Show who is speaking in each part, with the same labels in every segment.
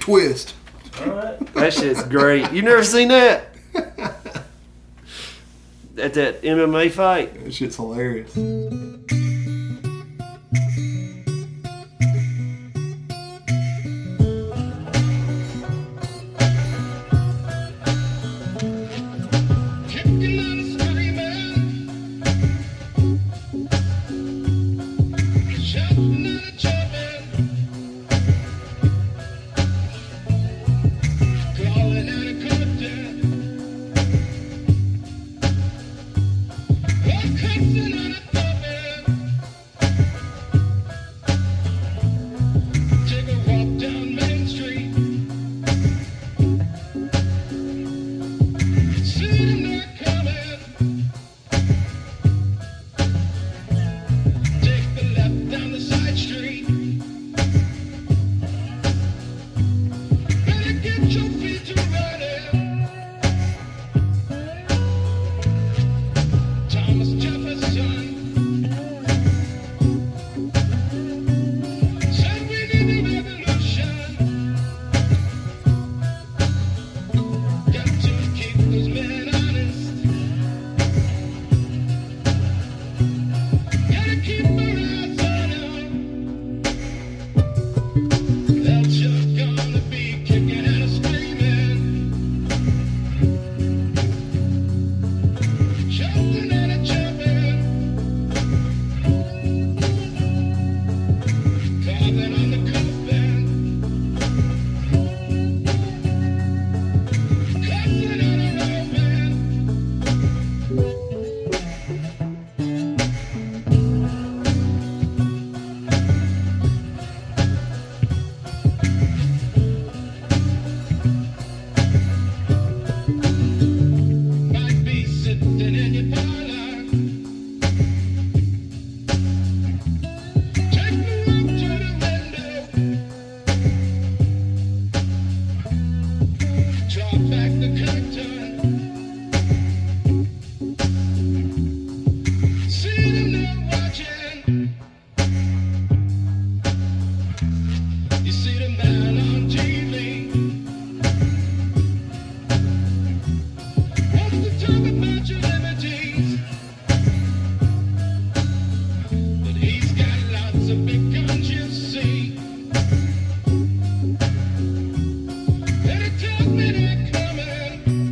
Speaker 1: twist.
Speaker 2: All right.
Speaker 3: That shit's great. You never seen that? At that MMA fight?
Speaker 1: That shit's hilarious.
Speaker 4: Take a walk down Main Street. See them, they're coming. Take the left down the side street. Better get your feet to running. Thomas Jefferson said we need a revolution. Got to keep those men honest. Gotta keep our eyes on 'em. They're just gonna be kicking and screaming, shouting and jumping, carving on the coffin, cussing on a rope Might be sitting in your parlor. Take me up to the window. Draw back the curtain. See them there watching. You see the man on TV. What's the time about your liberties? But he's got lots of big guns, you see. And he tells me they're coming.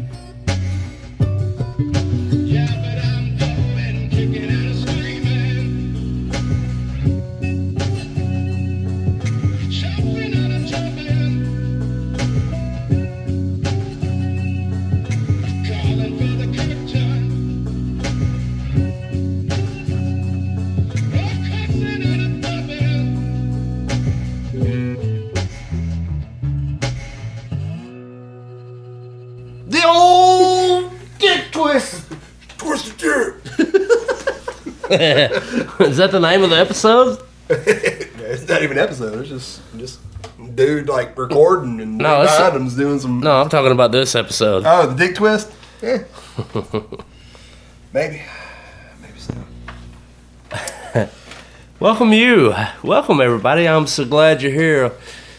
Speaker 4: Yeah, but I'm going, kicking and screaming. Shouting and jumping. Calling for the curtain. All cussing and thumping.
Speaker 3: The old dick twist.
Speaker 1: Twisted jerk.
Speaker 3: Is that the name of the episode?
Speaker 1: it's not even an episode. It's just just dude like recording and
Speaker 5: No, it's-
Speaker 1: behind him's doing some.
Speaker 5: No, I'm talking about this episode.
Speaker 1: Oh, the dick twist. Yeah. Maybe. Maybe so.
Speaker 5: Welcome you. Welcome everybody. I'm so glad you're here.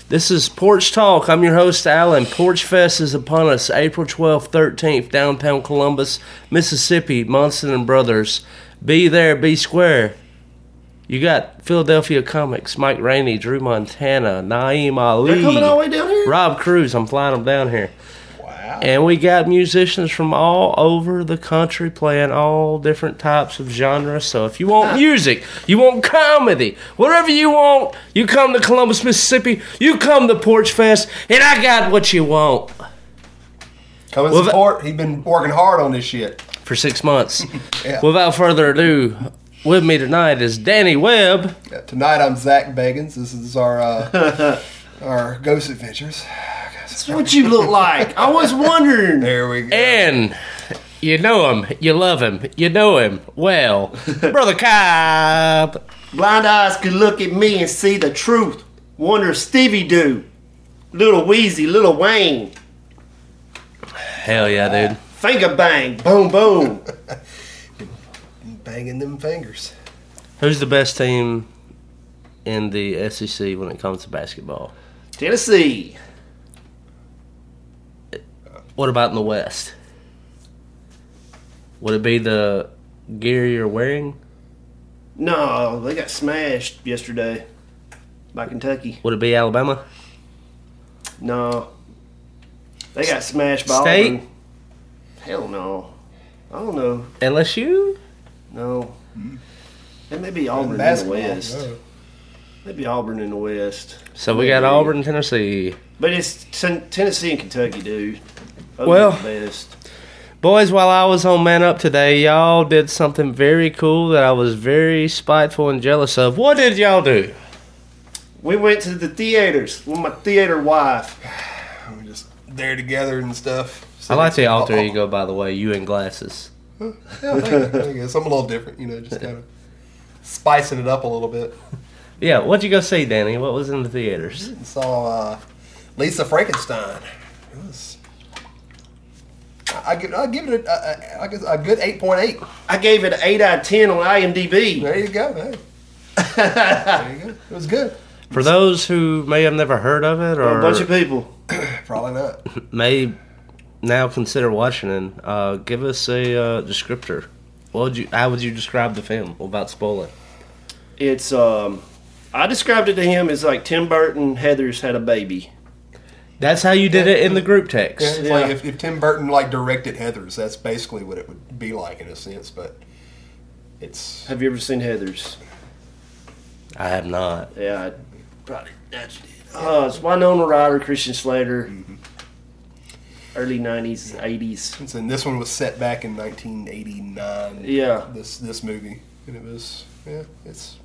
Speaker 5: This is Porch Talk. I'm your host, Alan. Porch Fest is upon us April 12th, 13th, downtown Columbus, Mississippi, Monson and Brothers. Be there, be square. You got Philadelphia comics, Mike Rainey, Drew Montana, Naeem Ali.
Speaker 1: They're coming all the way down here.
Speaker 5: Rob Cruz, I'm flying them down here.
Speaker 1: Wow.
Speaker 5: And we got musicians from all over the country playing all different types of genres. So if you want music, you want comedy, whatever you want, you come to Columbus, Mississippi, you come to Porch Fest, and I got what you want
Speaker 1: Come and
Speaker 5: Well, that-
Speaker 1: support. He's been working hard on this shit.
Speaker 5: for six months.
Speaker 1: Yeah.
Speaker 5: Without further ado, with me tonight is Danny Webb.
Speaker 1: Yeah, Tonight I'm Zach Bagans. This is our uh, our ghost adventures.
Speaker 3: That's what you look like. I was wondering.
Speaker 1: There we go.
Speaker 5: And you know him, you love him, you know him well. Brother Cobb.
Speaker 3: Blind eyes could look at me and see the truth. Wonder if Stevie do. Little Wheezy, Little Wayne.
Speaker 5: Hell yeah, dude.
Speaker 3: Finger bang, boom, boom.
Speaker 1: Banging them fingers.
Speaker 5: Who's the best team E in the SEC when it comes to basketball?
Speaker 3: Tennessee.
Speaker 5: What about in the West? Would it be the gear you're wearing?
Speaker 3: No, they got smashed yesterday by Kentucky.
Speaker 5: Would it be Alabama?
Speaker 3: No, they got smashed by
Speaker 5: State?
Speaker 3: Auburn. Hell no. I don't know.
Speaker 5: LSU?
Speaker 3: No. It may be Auburn in the
Speaker 1: Basketball,
Speaker 3: West.
Speaker 1: no.
Speaker 3: Maybe Auburn in the West.
Speaker 5: So we got Auburn, Tennessee.
Speaker 3: But it's Ten- Tennessee and Kentucky, dude. Those
Speaker 5: Well-
Speaker 3: are the best.
Speaker 5: Boys, while I was on Man Up today, y'all did something very cool that I was very spiteful and jealous of. What did y'all do?
Speaker 3: We went to the theaters with my theater wife.
Speaker 1: We just there together and stuff.
Speaker 5: I like the alter
Speaker 1: Oh, oh,
Speaker 5: ego, by the way, you in glasses.
Speaker 1: Yeah, thank you, thank you. Something a little different, you know, just kind of spicing it up a little bit.
Speaker 5: Yeah, what'd you go see, Danny? What was in the theaters?
Speaker 1: And saw uh, Lisa Frankenstein. It was. I I give I give it a, a, a, I guess a good eight point eight.
Speaker 3: I gave it an 8 out of 10 on IMDb.
Speaker 1: There you go. Hey. there you go. It was good.
Speaker 5: For those who may have never heard of it
Speaker 3: A
Speaker 5: or
Speaker 3: bunch of people.
Speaker 1: Probably not.
Speaker 5: may now consider watching it, uh, give us a uh, descriptor. What would you? How would you describe the film without spoiling?
Speaker 3: It's, um, I described it to him as like Tim Burton, Heather's had a baby.
Speaker 5: That's how you did it in the group text.
Speaker 1: It's like if, if Tim Burton like directed Heather's, that's basically what it would be like in a sense. But it's
Speaker 3: Have you ever seen Heather's?
Speaker 5: I have not.
Speaker 3: Yeah, I probably that's uh, it's Winona Ryder, Christian Slater, early '90s, '80s.
Speaker 1: and this one was set back in 1989.
Speaker 3: Yeah,
Speaker 1: This this movie, and it was yeah. It's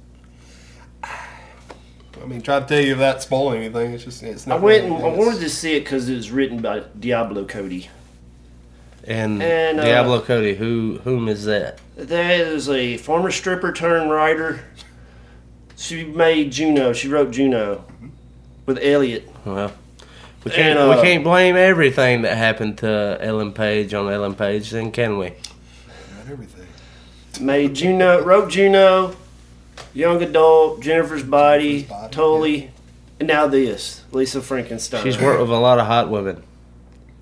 Speaker 1: I mean, try to tell you without spoiling anything. It's just it's
Speaker 3: I
Speaker 1: not.
Speaker 3: went and
Speaker 1: really-
Speaker 3: I wanted to see it because it was written by Diablo Cody.
Speaker 5: And,
Speaker 3: And, uh,
Speaker 5: Diablo Cody, who whom is that?
Speaker 3: That is a former stripper turned writer. She made Juno. She wrote Juno
Speaker 1: Mm-hmm.
Speaker 3: with Elliot.
Speaker 5: Well, we
Speaker 3: And,
Speaker 5: can't
Speaker 3: uh,
Speaker 5: we can't blame everything that happened to Ellen Page on Ellen Page, then can we?
Speaker 1: Not everything.
Speaker 3: Made Juno. Wrote Juno. Young adult. Jennifer's body.
Speaker 1: Jennifer's Body,
Speaker 3: Totally. And now this. Lisa Frankenstein.
Speaker 5: She's worked with a lot of hot women.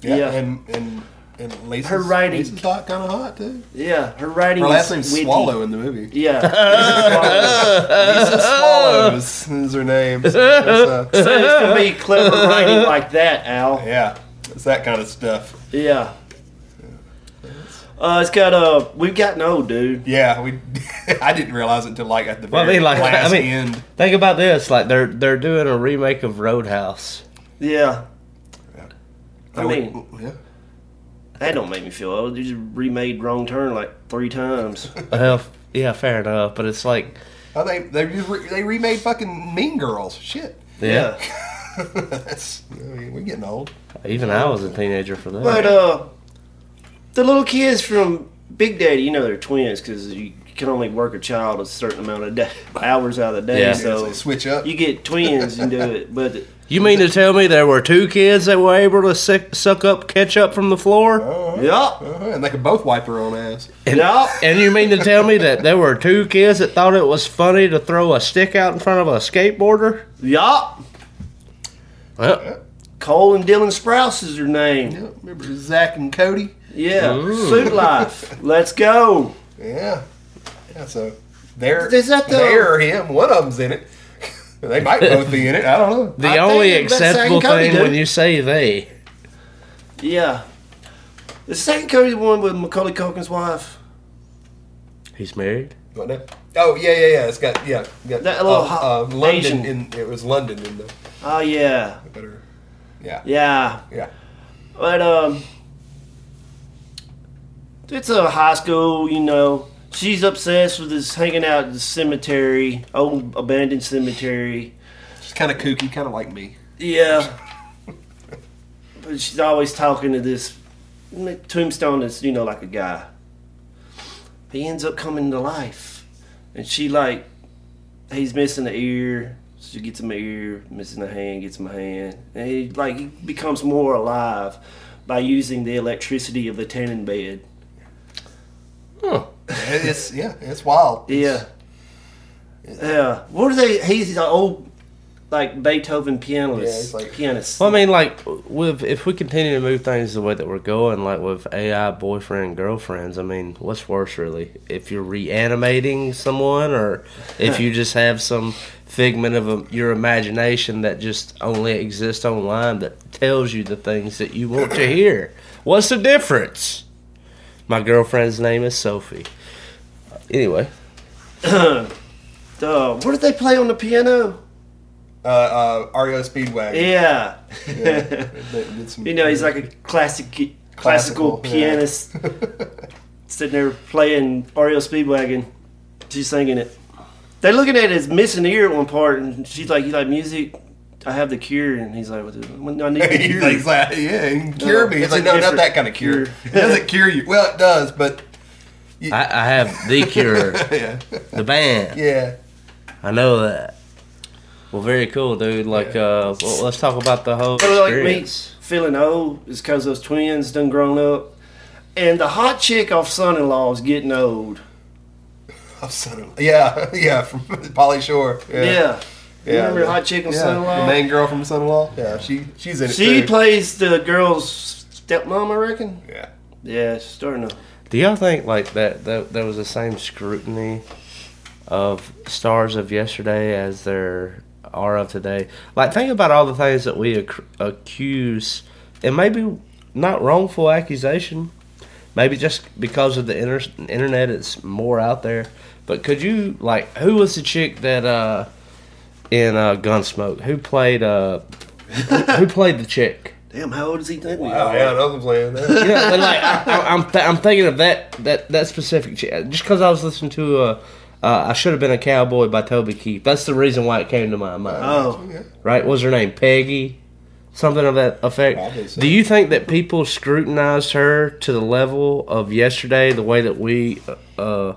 Speaker 1: Yeah,
Speaker 3: Yeah.
Speaker 1: and and and Lisa's,
Speaker 3: Her writing-
Speaker 1: Lisa's hot, kind of hot too.
Speaker 3: Yeah, her writing.
Speaker 1: Her
Speaker 3: is
Speaker 1: last name's
Speaker 3: witty.
Speaker 1: Swallow in the movie.
Speaker 3: Yeah. Swallow.
Speaker 1: Lisa Swallow is, is her name. So it's, uh,
Speaker 3: So it's gonna be clever writing like that, Al.
Speaker 1: yeah, it's that kind of stuff.
Speaker 3: Yeah. Uh, it's got uh, we've gotten old, dude.
Speaker 1: Yeah, we. I didn't realize it until like at the
Speaker 5: Well, I
Speaker 1: very
Speaker 5: mean, like, I
Speaker 1: last
Speaker 5: mean-
Speaker 1: end.
Speaker 5: Think about this, like they're they're doing a remake of Roadhouse.
Speaker 3: Yeah. I
Speaker 1: Oh,
Speaker 3: mean,
Speaker 1: yeah.
Speaker 3: that don't make me feel old. You just remade Wrong Turn like three times.
Speaker 5: Well, yeah, fair enough, but it's like
Speaker 1: Oh, they they just re- they remade fucking Mean Girls. Shit.
Speaker 5: yeah,
Speaker 1: That's, I mean, we're getting old.
Speaker 5: even I was a teenager for that.
Speaker 3: But uh, the little kids from Big Daddy, you know they're twins because you can only work a child a certain amount of da- hours out of the day.
Speaker 5: Yeah.
Speaker 1: So
Speaker 3: So
Speaker 1: switch up.
Speaker 3: you get twins and do it, but
Speaker 5: You mean to tell me there were two kids that were able to sick, suck up ketchup from the floor?
Speaker 1: Uh-huh.
Speaker 3: yeah,
Speaker 1: Uh-huh. And they could both wipe their own ass.
Speaker 3: yeah.
Speaker 5: And you mean to tell me that there were two kids that thought it was funny to throw a stick out in front of a skateboarder?
Speaker 3: Yup.
Speaker 5: Well,
Speaker 3: Cole and Dylan Sprouse is her name.
Speaker 1: Yep. Remember Zach and Cody?
Speaker 3: Yeah.
Speaker 5: Ooh.
Speaker 3: Suit Life. Let's go.
Speaker 1: Yeah. Yeah. So they're
Speaker 3: Is that the-
Speaker 1: they're him. One of them's in it. they might both be in it. I don't know.
Speaker 5: the
Speaker 3: I
Speaker 5: only
Speaker 3: think that's
Speaker 5: acceptable
Speaker 3: Zach and Cody,
Speaker 5: thing
Speaker 3: dude.
Speaker 5: when you say they.
Speaker 3: Yeah. The second Cody the one with Macaulay Culkin's wife?
Speaker 5: He's married?
Speaker 1: What now? Oh yeah, yeah, yeah. It's got yeah. Got,
Speaker 3: That little
Speaker 1: uh, uh,
Speaker 3: hot
Speaker 1: London
Speaker 3: Asian-
Speaker 1: in it was London in the
Speaker 3: Oh yeah.
Speaker 1: better. Yeah.
Speaker 3: Yeah.
Speaker 1: Yeah.
Speaker 3: But um It's a high school, you know. She's obsessed with this hanging out at the cemetery, old abandoned cemetery.
Speaker 1: She's kind of kooky, kind of like me.
Speaker 3: Yeah. but she's always talking to this tombstone that's, you know, like a guy. He ends up coming to life. And she, like, he's missing an ear. She gets him an ear, missing a hand, gets him a hand. And he, like, he becomes more alive by using the electricity of the tanning bed.
Speaker 5: Huh.
Speaker 1: It's yeah, it's wild.
Speaker 3: Yeah. Yeah. What are they? He's an old like Beethoven pianist.
Speaker 1: Yeah, it's like-
Speaker 3: pianist.
Speaker 5: Well, I mean, like with if we continue to move things the way that we're going, like with AI boyfriend girlfriends, I mean, what's worse, really? If you're reanimating someone, or if you just have some figment of um your imagination that just only exists online that tells you the things that you want to hear, what's the difference? My girlfriend's name is Sophie. Anyway,
Speaker 3: Duh. What did they play on the piano?
Speaker 1: Uh, uh, REO Speedwagon.
Speaker 3: Yeah.
Speaker 1: They did some-
Speaker 3: you know, he's like a classic classical,
Speaker 1: yeah.
Speaker 3: pianist sitting there playing REO Speedwagon. She's singing it. They're looking at his missing ear at one part, and she's like, "You like music? I have the cure." And he's like, "What the- when I need the
Speaker 1: He's
Speaker 3: cure."
Speaker 1: like, he's like, yeah, it can cure me. It's
Speaker 3: it's
Speaker 1: like,
Speaker 3: a
Speaker 1: no, not
Speaker 3: different
Speaker 1: that kind of cure.
Speaker 3: cure.
Speaker 1: It doesn't cure you. Well, it does, but
Speaker 5: I, I have the cure,
Speaker 1: yeah,
Speaker 5: the band.
Speaker 1: yeah.
Speaker 5: I know that. Well, very cool, dude. Like, uh, well, let's talk about the whole
Speaker 3: But like me
Speaker 5: experience.
Speaker 3: feeling old is because those twins done grown up, and the hot chick off son-in-law is getting old.
Speaker 1: I'm son of, yeah, yeah, from Polly Shore.
Speaker 3: Yeah, you remember hot chick on
Speaker 1: Yeah,
Speaker 3: son-in-law?
Speaker 1: The main girl from Son-in-Law. Yeah, she she's in it.
Speaker 3: she
Speaker 1: too.
Speaker 3: plays the girl's stepmom, I reckon.
Speaker 1: Yeah.
Speaker 3: Yeah, she's starting to.
Speaker 5: Do y'all think like that, that there was the same scrutiny of stars of yesterday as there are of today? Like, think about all the things that we ac- accuse, and maybe not wrongful accusation. Maybe just because of the inter- internet, it's more out there. But could you like, who was the chick that uh in uh, Gunsmoke? Who played uh who, who played the chick?
Speaker 3: Damn, how old is he thinking?
Speaker 1: Oh yeah, another plan.
Speaker 5: You know, but like I, I, I'm, th- I'm thinking of that that that specific ch- uh, just because I was listening to uh, uh, I should have been a cowboy by Toby Keith. That's the reason why it came to my mind.
Speaker 3: Oh,
Speaker 5: right? What was her name Peggy? Something of that
Speaker 1: Probably
Speaker 5: effect.
Speaker 1: so.
Speaker 5: Do you think that people scrutinized her to the level of yesterday, the way that we, uh,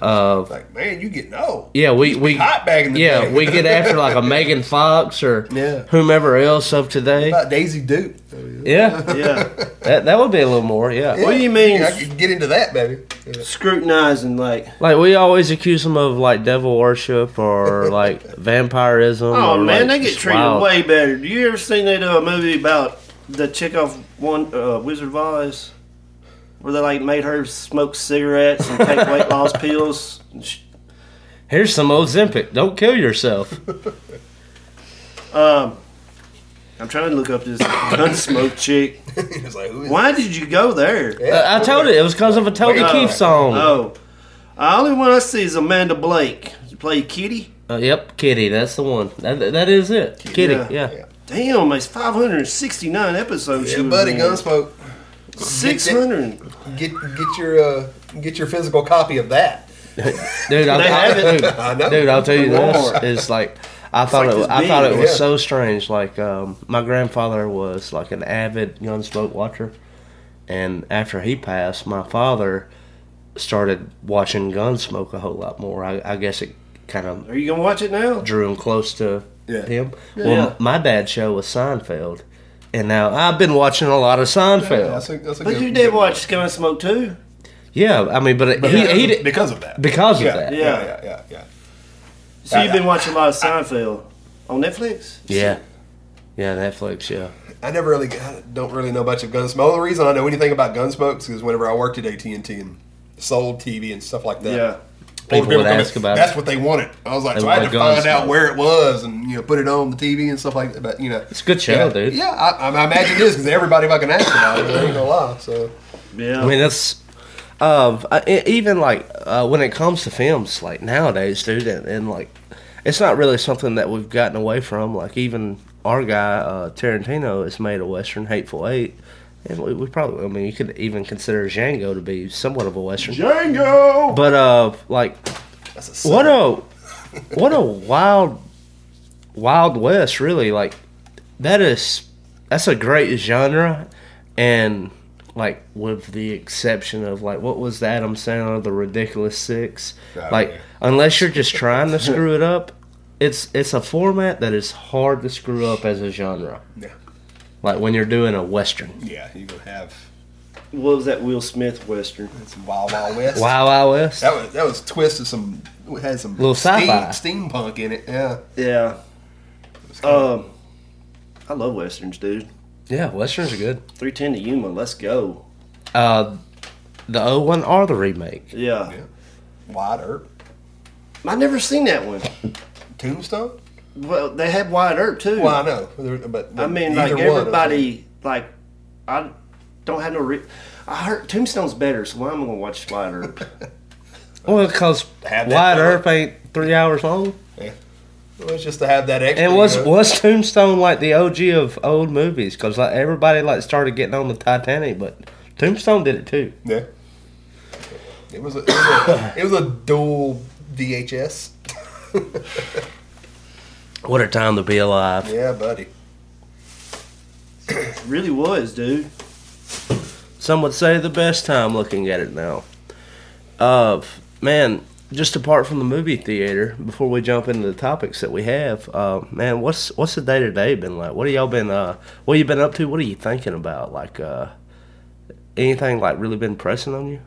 Speaker 5: uh,
Speaker 1: Like, man, you getting old.
Speaker 5: yeah, we we
Speaker 1: Hot back in the
Speaker 5: yeah
Speaker 1: day.
Speaker 5: we get after like a Megan Fox or
Speaker 1: Yeah.
Speaker 5: whomever else of today.
Speaker 1: About Daisy Duke.
Speaker 5: Yeah,
Speaker 3: yeah.
Speaker 5: that that would be a little more.
Speaker 1: Yeah,
Speaker 3: What do you mean?
Speaker 1: I could get into that, baby. Yeah.
Speaker 3: Scrutinizing, like,
Speaker 5: Like we always accuse them of like devil worship or like vampirism.
Speaker 3: oh
Speaker 5: or,
Speaker 3: man,
Speaker 5: like,
Speaker 3: they get
Speaker 5: just
Speaker 3: treated
Speaker 5: wild-
Speaker 3: way better. Do you ever seen that uh, movie about the chick off one uh, Wizard of Oz, where they like made her smoke cigarettes and take weight loss pills? And sh
Speaker 5: Here's some Ozempic. Don't kill yourself.
Speaker 3: um, I'm trying to look up this gunsmoke chick.
Speaker 1: He was like, who is
Speaker 3: Why did you go there?
Speaker 1: Yeah,
Speaker 5: I, I told it it was because of a Toby
Speaker 1: Wait,
Speaker 5: Keith
Speaker 1: no.
Speaker 5: song.
Speaker 3: Oh, the only one I see is Amanda Blake. She played Kitty.
Speaker 5: Uh, yep, Kitty. That's the one. That, that is it. Kitty.
Speaker 3: Yeah.
Speaker 5: Yeah.
Speaker 1: Yeah.
Speaker 3: Damn, it's 569 episodes.
Speaker 1: Yeah,
Speaker 3: she was
Speaker 1: buddy,
Speaker 3: in.
Speaker 1: Gunsmoke.
Speaker 3: 600.
Speaker 1: Get get your uh, get your physical copy of that.
Speaker 5: Dude, I,
Speaker 3: They have
Speaker 5: I,
Speaker 3: it.
Speaker 5: dude,
Speaker 1: I know.
Speaker 5: dude, I'll tell you this.
Speaker 3: Lord.
Speaker 5: It's like I thought
Speaker 3: like
Speaker 5: it.
Speaker 3: this
Speaker 5: I thought it
Speaker 3: big,
Speaker 5: was
Speaker 1: yeah.
Speaker 5: so strange. Like um, my grandfather was like an avid Gunsmoke watcher, and after he passed, my father started watching Gunsmoke a whole lot more. I, I guess it kind of
Speaker 3: Are you going to watch it now?
Speaker 5: drew him close to
Speaker 1: Yeah.
Speaker 5: him.
Speaker 3: Yeah.
Speaker 5: Well, m my dad's show was Seinfeld, and now I've been watching a lot of Seinfeld.
Speaker 1: That's a, that's a
Speaker 3: But
Speaker 1: good-
Speaker 3: you did
Speaker 1: good-
Speaker 3: watch Gunsmoke too.
Speaker 5: Yeah, I mean, but,
Speaker 1: But
Speaker 5: he,
Speaker 1: because,
Speaker 5: he
Speaker 1: of,
Speaker 5: did,
Speaker 1: because of that.
Speaker 5: because of
Speaker 1: yeah,
Speaker 5: that.
Speaker 1: Yeah,
Speaker 5: Yeah.
Speaker 1: yeah, yeah, yeah.
Speaker 3: So you've been watching a lot of Seinfeld on Netflix.
Speaker 5: Uh, yeah. Netflix, yeah.
Speaker 1: I never really I don't really know much of Gunsmoke. The only reason I know anything about Gunsmoke is because whenever I worked at AT and T and sold TV and stuff like that,
Speaker 3: Yeah.
Speaker 1: Older
Speaker 5: People would
Speaker 1: come in,
Speaker 5: ask about
Speaker 1: That's
Speaker 5: it.
Speaker 1: what they wanted. I was like,
Speaker 5: They
Speaker 1: so I had
Speaker 5: wanted
Speaker 1: to find
Speaker 5: Gunsmoke.
Speaker 1: out where it was and you know put it on the TV and stuff like that. But you know,
Speaker 5: It's a good show,
Speaker 1: yeah,
Speaker 5: dude.
Speaker 1: Yeah, I, I imagine it is because everybody fucking asked about it. I ain't gonna lie. So
Speaker 3: Yeah.
Speaker 5: I mean, that's uh, I- e- even like uh, when it comes to films, like nowadays, dude, and, and like it's not really something that we've gotten away from. Like even our guy uh, Tarantino has made a western, Hateful Eight, and we, we probably, I mean, you could even consider Django to be somewhat of a western.
Speaker 1: Django.
Speaker 5: But uh, like
Speaker 1: That's a
Speaker 5: what a what a wild wild west really like that is that's a great genre and like with the exception of like what was the Adam Sandler the ridiculous six
Speaker 1: Oh,
Speaker 5: like
Speaker 1: yeah.
Speaker 5: unless you're just trying to screw it up it's it's a format that is hard to screw up as a genre
Speaker 1: Yeah.
Speaker 5: like when you're doing a western
Speaker 1: Yeah, you gonna have
Speaker 3: What was that Will Smith Western?
Speaker 1: some Wild Wild West.
Speaker 5: Wild Wild West
Speaker 1: That was that was twisted some it had some
Speaker 5: Little sci-fi.
Speaker 1: steampunk in it. Yeah.
Speaker 3: Yeah.
Speaker 1: It's kinda-
Speaker 3: Um, I love westerns, dude.
Speaker 5: Yeah, westerns are good.
Speaker 3: Three ten to Yuma. Let's go.
Speaker 5: Uh, the old one or the remake?
Speaker 3: Yeah.
Speaker 1: yeah. Wide Earp.
Speaker 3: I never seen that one.
Speaker 1: Tombstone?
Speaker 3: Well, they had Wyatt Earp too.
Speaker 1: Well, I know. There- But, but
Speaker 3: I mean, like
Speaker 1: either one of them.
Speaker 3: everybody, like I don't have no. Re- I heard Tombstone's better, so why am I gonna watch Wyatt Earp?
Speaker 5: Well, because
Speaker 1: Had that
Speaker 5: Wide
Speaker 1: one.
Speaker 5: Earth ain't three hours long.
Speaker 1: Yeah. Well, it's just to have that extra.
Speaker 5: And was
Speaker 1: you know?
Speaker 5: was Tombstone like the OG of old movies? Because like everybody like started getting on the Titanic, but Tombstone did it too.
Speaker 1: Yeah. It was a, it was a, it was a dual VHS.
Speaker 5: What a time to be alive!
Speaker 1: Yeah, buddy.
Speaker 3: really was, dude.
Speaker 5: Some would say the best time looking at it now. Uh, man, just apart from the movie theater, before we jump into the topics that we have, uh, man, what's what's the day to day been like? What have y'all been? Uh, what you been up to? What are you thinking about? Like uh, anything like really been pressing on you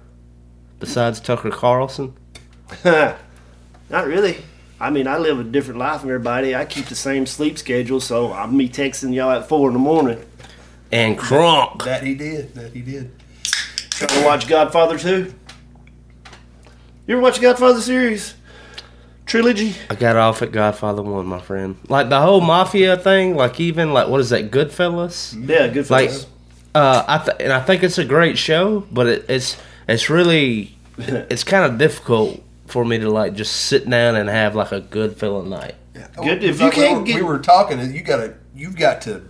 Speaker 5: besides Tucker Carlson?
Speaker 3: Not really. I mean, I live a different life than everybody. I keep the same sleep schedule, so I'm me texting y'all at four in the morning
Speaker 5: and Kronk.
Speaker 1: That he did. That he did.
Speaker 3: trying to watch Godfather two. You ever watch Godfather series trilogy?
Speaker 5: I got off at Godfather One, my friend. Like the whole mafia thing, like even like what is that, Goodfellas?
Speaker 3: Yeah, good for
Speaker 5: Like,
Speaker 3: us.
Speaker 5: uh, I th- and I think it's a great show, but it, it's it's really it's kind of difficult for me to like just sit down and have like a good feeling night.
Speaker 3: Good, Oh, if
Speaker 1: It's
Speaker 3: you
Speaker 1: like we
Speaker 3: can't
Speaker 1: were-
Speaker 3: get-
Speaker 1: we were talking. You gotta. You've got to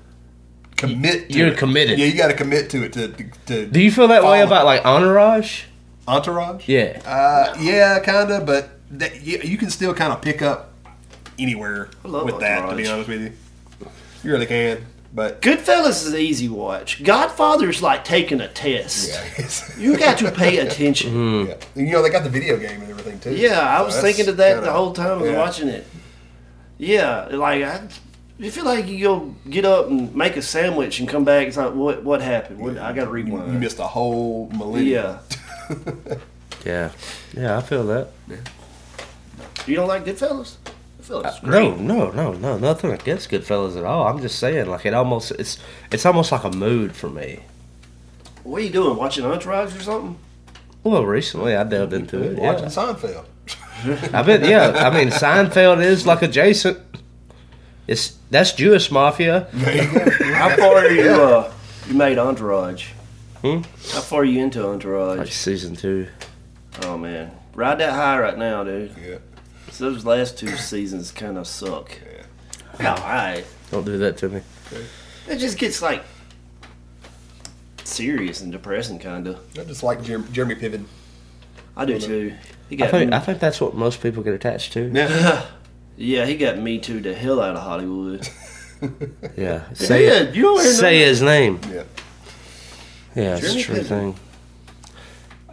Speaker 1: commit. to
Speaker 5: You're
Speaker 1: it.
Speaker 5: committed.
Speaker 1: Yeah, you got to commit to it. To, to, to
Speaker 5: Do you feel that way
Speaker 1: Follow.
Speaker 5: about like Entourage?
Speaker 1: entourage?
Speaker 5: Yeah.
Speaker 1: Uh, yeah, kind of, but that, you, you can still kind of pick up anywhere
Speaker 3: love
Speaker 1: with that. To be
Speaker 3: Entourage.
Speaker 1: honest with you, you really can. But
Speaker 3: Goodfellas is an easy watch. Godfather's like taking a test.
Speaker 1: yeah, it's-
Speaker 3: You got to pay attention.
Speaker 1: yeah. And, you know they got the video game and everything too.
Speaker 3: Yeah, I
Speaker 1: So
Speaker 3: was
Speaker 1: that's
Speaker 3: thinking of that
Speaker 1: kinda-
Speaker 3: the whole time I was
Speaker 1: yeah.
Speaker 3: watching it. Yeah, like I, you feel like you go get up and make a sandwich and come back. It's like what what happened? What, I got to rewind.
Speaker 1: You missed a whole millennium.
Speaker 3: yeah,
Speaker 5: Yeah. Yeah, I feel that.
Speaker 3: you don't like Goodfellas? Goodfellas, great.
Speaker 5: Uh, No, no, no, no, nothing against Goodfellas at all. I'm just saying, like it almost it's it's almost like a mood for me.
Speaker 3: What are you doing? Watching Entourage or something?
Speaker 5: Well, recently I delved into it.
Speaker 1: Watching
Speaker 5: yeah.
Speaker 1: Seinfeld.
Speaker 5: I bet, yeah. I mean, Seinfeld is like adjacent. It's that's Jewish mafia.
Speaker 3: How far are you? Uh, you made Entourage.
Speaker 5: Hmm?
Speaker 3: How far are you into Entourage?
Speaker 5: Like season two.
Speaker 3: Oh man, ride that high right now, dude.
Speaker 1: yeah.
Speaker 3: So those last two seasons kind of suck. Yeah. All right.
Speaker 5: Don't do that to me.
Speaker 3: It just gets like serious and depressing, kind of.
Speaker 1: I just like Jer- Jeremy Piven.
Speaker 3: I do too. He
Speaker 5: I
Speaker 3: got
Speaker 5: think I think that's what most people get attached to. Yeah.
Speaker 3: yeah, he got me too the hell out of Hollywood.
Speaker 5: Say
Speaker 3: yeah, you don't hear nothing.
Speaker 5: Say his name.
Speaker 1: Yeah.
Speaker 5: Yeah, it's a
Speaker 3: Jeremy
Speaker 5: true
Speaker 3: Piven.
Speaker 5: thing.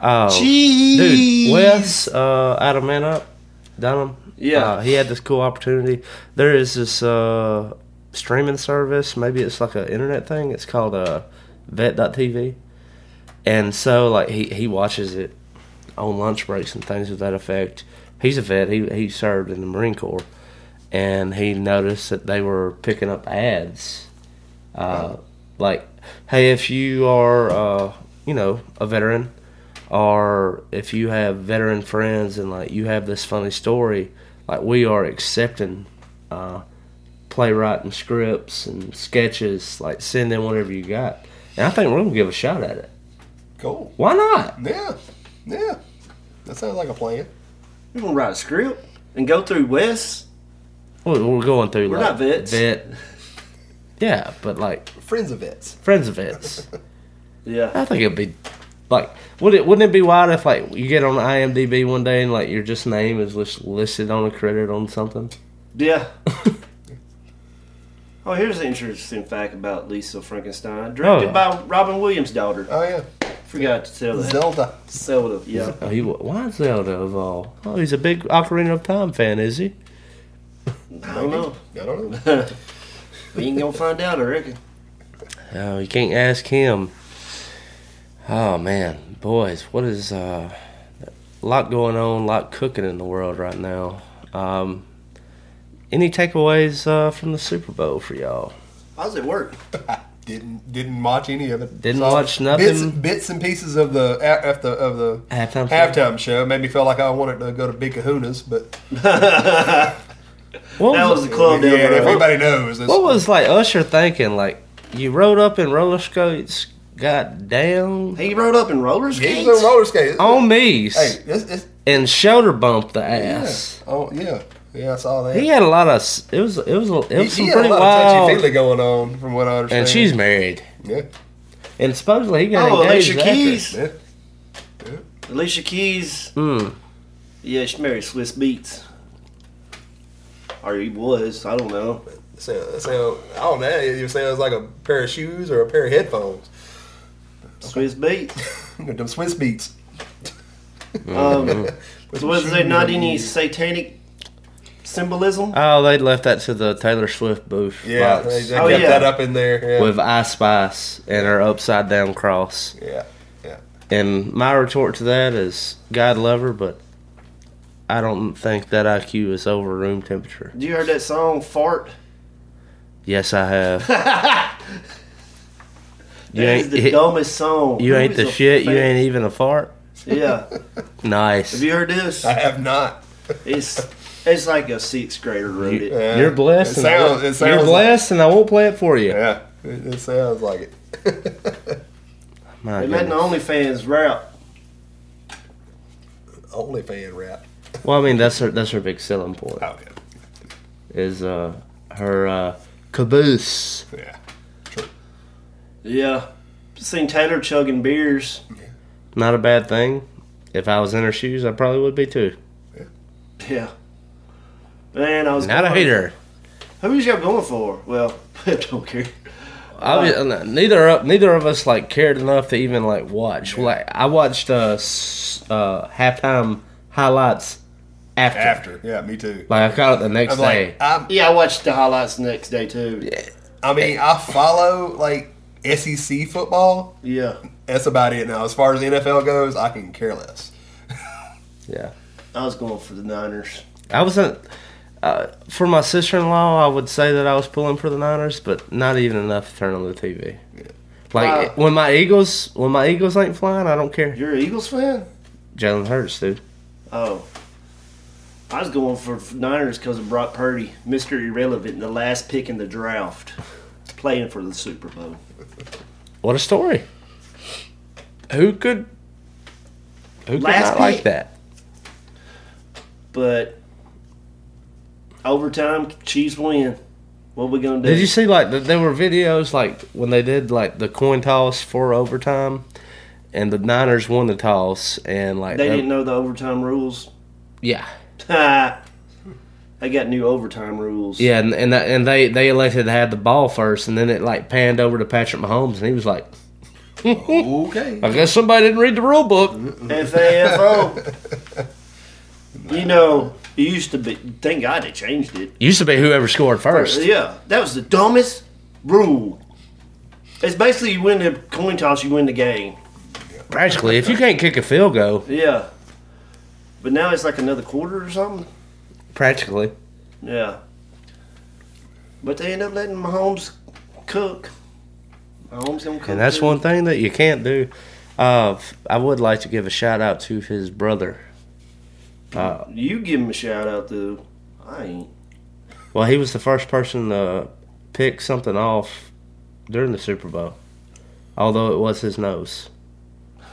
Speaker 5: Oh,
Speaker 3: Jeez.
Speaker 5: dude, Wes uh, out of Man Up, Dunham.
Speaker 3: Yeah.
Speaker 5: uh, he had this cool opportunity. There is this uh, streaming service. Maybe it's like an internet thing. It's called uh, Vet.tv, and so like he he watches it on lunch breaks and things of that effect. He's a vet. He he served in the Marine Corps, and he noticed that they were picking up ads, uh, like, "Hey, if you are, uh, you know, a veteran, or if you have veteran friends, and like you have this funny story, like we are accepting uh, playwright and scripts and sketches. Like, send in whatever you got." And I think we're gonna give a shot at it.
Speaker 1: Cool.
Speaker 5: Why not?
Speaker 1: Yeah. Yeah. That sounds like a plan.
Speaker 3: You gonna write a script and go through Wes?
Speaker 5: Well, we're going through.
Speaker 3: We're
Speaker 5: like,
Speaker 3: not vets.
Speaker 5: Vet. Yeah, but like
Speaker 1: Friends of vets.
Speaker 5: friends of vets.
Speaker 3: Yeah.
Speaker 5: I think it'd be like would it wouldn't it be wild if like you get on IMDb one day and like your just name is list, listed on a credit on something?
Speaker 3: Yeah. oh, here's an interesting fact about Lisa Frankenstein,
Speaker 5: Oh.
Speaker 3: directed by Robin Williams' daughter.
Speaker 1: Oh yeah.
Speaker 3: Forgot to tell that.
Speaker 1: Zelda.
Speaker 3: Zelda. Yeah.
Speaker 5: Oh, he why Zelda of all? Oh, he's a big Ocarina of Time fan, is he?
Speaker 3: I don't know.
Speaker 1: I don't know.
Speaker 3: We ain't gonna find out, I reckon.
Speaker 5: Oh, you can't ask him. Oh man, boys, what is uh, a lot going on, a lot cooking in the world right now. Um, Any takeaways uh, from the Super Bowl for y'all?
Speaker 3: I was at work.
Speaker 1: Didn't didn't watch any of it.
Speaker 5: Didn't
Speaker 1: Saw
Speaker 5: watch
Speaker 1: Bits,
Speaker 5: nothing?
Speaker 1: bits and pieces of the a- of the of the
Speaker 5: Halftime show.
Speaker 1: halftime show made me feel like I wanted to go to Big Kahuna's, but
Speaker 5: What
Speaker 3: That
Speaker 5: was,
Speaker 3: was the club down
Speaker 1: yeah,
Speaker 3: the road.
Speaker 1: everybody knows. It's,
Speaker 5: what was like Usher thinking? Like you rode up in roller skates, got down
Speaker 3: He rode up in roller skates.
Speaker 1: he was on roller skates.
Speaker 5: on me
Speaker 1: hey, it's, it's,
Speaker 5: and shoulder bumped the
Speaker 1: yeah.
Speaker 5: ass.
Speaker 1: Oh yeah, yeah, I saw that.
Speaker 5: He had a lot of. s- It was it was a- it
Speaker 1: He-
Speaker 5: was some
Speaker 1: he had
Speaker 5: pretty
Speaker 1: a lot of touchy
Speaker 5: wild.
Speaker 1: feely going on, from what I understand.
Speaker 5: And she's married.
Speaker 1: yeah,
Speaker 5: And supposedly he got
Speaker 3: Oh,
Speaker 5: engaged.
Speaker 3: Alicia
Speaker 5: after.
Speaker 3: Keys.
Speaker 1: yeah.
Speaker 3: Alicia Keys.
Speaker 5: Mm.
Speaker 3: Yeah, she married Swiss Beats. Or he was. I don't know.
Speaker 1: Sound, sound, I don't know. It sounds like a pair of shoes or a pair of headphones.
Speaker 3: Swiss Beats.
Speaker 1: Them Swiss beats.
Speaker 5: Mm-hmm.
Speaker 3: Um,
Speaker 1: With
Speaker 3: so was
Speaker 1: shoes
Speaker 3: there not
Speaker 1: on
Speaker 3: any
Speaker 1: these.
Speaker 3: satanic symbolism?
Speaker 5: Oh, they left that to the Taylor Swift booth
Speaker 1: Yeah,
Speaker 5: box
Speaker 1: they, they
Speaker 3: Oh,
Speaker 1: kept
Speaker 3: yeah.
Speaker 1: that up in there. Yeah.
Speaker 5: with I Spice and her upside down cross.
Speaker 1: yeah, yeah.
Speaker 5: And my retort to that is, God love her, but I don't think that IQ is over room temperature.
Speaker 3: You heard that song "Fart"?
Speaker 5: Yes, I have. you
Speaker 3: That is
Speaker 5: ain't
Speaker 3: the dumbest song.
Speaker 5: you
Speaker 3: Who
Speaker 5: ain't
Speaker 3: is
Speaker 5: the
Speaker 3: a
Speaker 5: shit. You
Speaker 3: fan-
Speaker 5: ain't even a fart.
Speaker 3: Yeah.
Speaker 5: Nice.
Speaker 3: Have you heard this?
Speaker 1: I have not.
Speaker 3: It's it's like a sixth grader wrote it.
Speaker 1: Yeah.
Speaker 5: You're blessed.
Speaker 1: It
Speaker 5: and I
Speaker 1: sounds-
Speaker 5: won't-
Speaker 1: it sounds
Speaker 5: you're
Speaker 1: like-
Speaker 5: blessed, and I won't play it for you.
Speaker 1: Yeah, it, it sounds like it.
Speaker 5: My
Speaker 3: They letting the
Speaker 5: goodness.
Speaker 3: OnlyFans rap.
Speaker 1: Only fan rap.
Speaker 5: Well, I mean that's her that's her big selling point
Speaker 1: Okay.
Speaker 5: is uh her uh caboose.
Speaker 1: Yeah.
Speaker 3: Yeah. Seen Taylor chugging beers.
Speaker 5: Not a bad thing. If I was in her shoes, I probably would be too.
Speaker 3: Yeah. Man, I was
Speaker 5: Not a
Speaker 3: going-
Speaker 5: hater.
Speaker 3: Who was y'all going for? Well, I don't care.
Speaker 5: Obvi- uh, neither of, neither of us like cared enough to even like watch. Like I watched uh, s- uh halftime highlights after.
Speaker 1: After. Yeah, me too.
Speaker 5: Like I caught it the next
Speaker 1: I'm
Speaker 5: day.
Speaker 1: like, I'm,
Speaker 3: Yeah, I watched the highlights the next day too. Yeah.
Speaker 1: I mean, I follow like SEC football. That's about it now. As far as the NFL goes, I can care less.
Speaker 5: yeah,
Speaker 3: I was going for the Niners.
Speaker 5: I wasn't. Uh, for my sister in law, I would say that I was pulling for the Niners, but not even enough to turn on the TV. Like
Speaker 3: Wow.
Speaker 5: when my Eagles, when my Eagles ain't flying, I don't care.
Speaker 3: You're an Eagles fan?
Speaker 5: Jalen Hurts, dude.
Speaker 3: Oh. I was going for Niners because of Brock Purdy, Mr. Irrelevant, the last pick in the draft, playing for the Super Bowl.
Speaker 5: What a story. Who could? Who could
Speaker 3: Last
Speaker 5: not like
Speaker 3: pick.
Speaker 5: that?
Speaker 3: But overtime, Chiefs win. What we gonna do?
Speaker 5: Did you see like th- there were videos like when they did like the coin toss for overtime, and the Niners won the toss and like
Speaker 3: they
Speaker 5: uh,
Speaker 3: didn't know the overtime rules.
Speaker 5: yeah
Speaker 3: Ha! I got new overtime rules.
Speaker 5: yeah and and, that- and they they elected to have the ball first and then it like panned over to Patrick Mahomes and he was like
Speaker 1: Okay.
Speaker 5: I guess somebody didn't read the rule book
Speaker 3: FAFO. you know, it used to be. Thank God they changed it. uh,
Speaker 5: used to be whoever scored first
Speaker 3: Yeah, that was the dumbest rule. It's basically you win the coin toss, you win the game.
Speaker 5: practically if you can't kick a field goal
Speaker 3: Yeah. But now it's like another quarter or something.
Speaker 5: practically
Speaker 3: Yeah. But they end up letting Mahomes cook. Mahomes gonna cook.
Speaker 5: and that's
Speaker 3: too.
Speaker 5: one thing that you can't do. Uh, I would like to give a shout out to his brother.
Speaker 3: You give him a shout out though. I ain't.
Speaker 5: Well, he was the first person to pick something off during the Super Bowl, although it was his nose.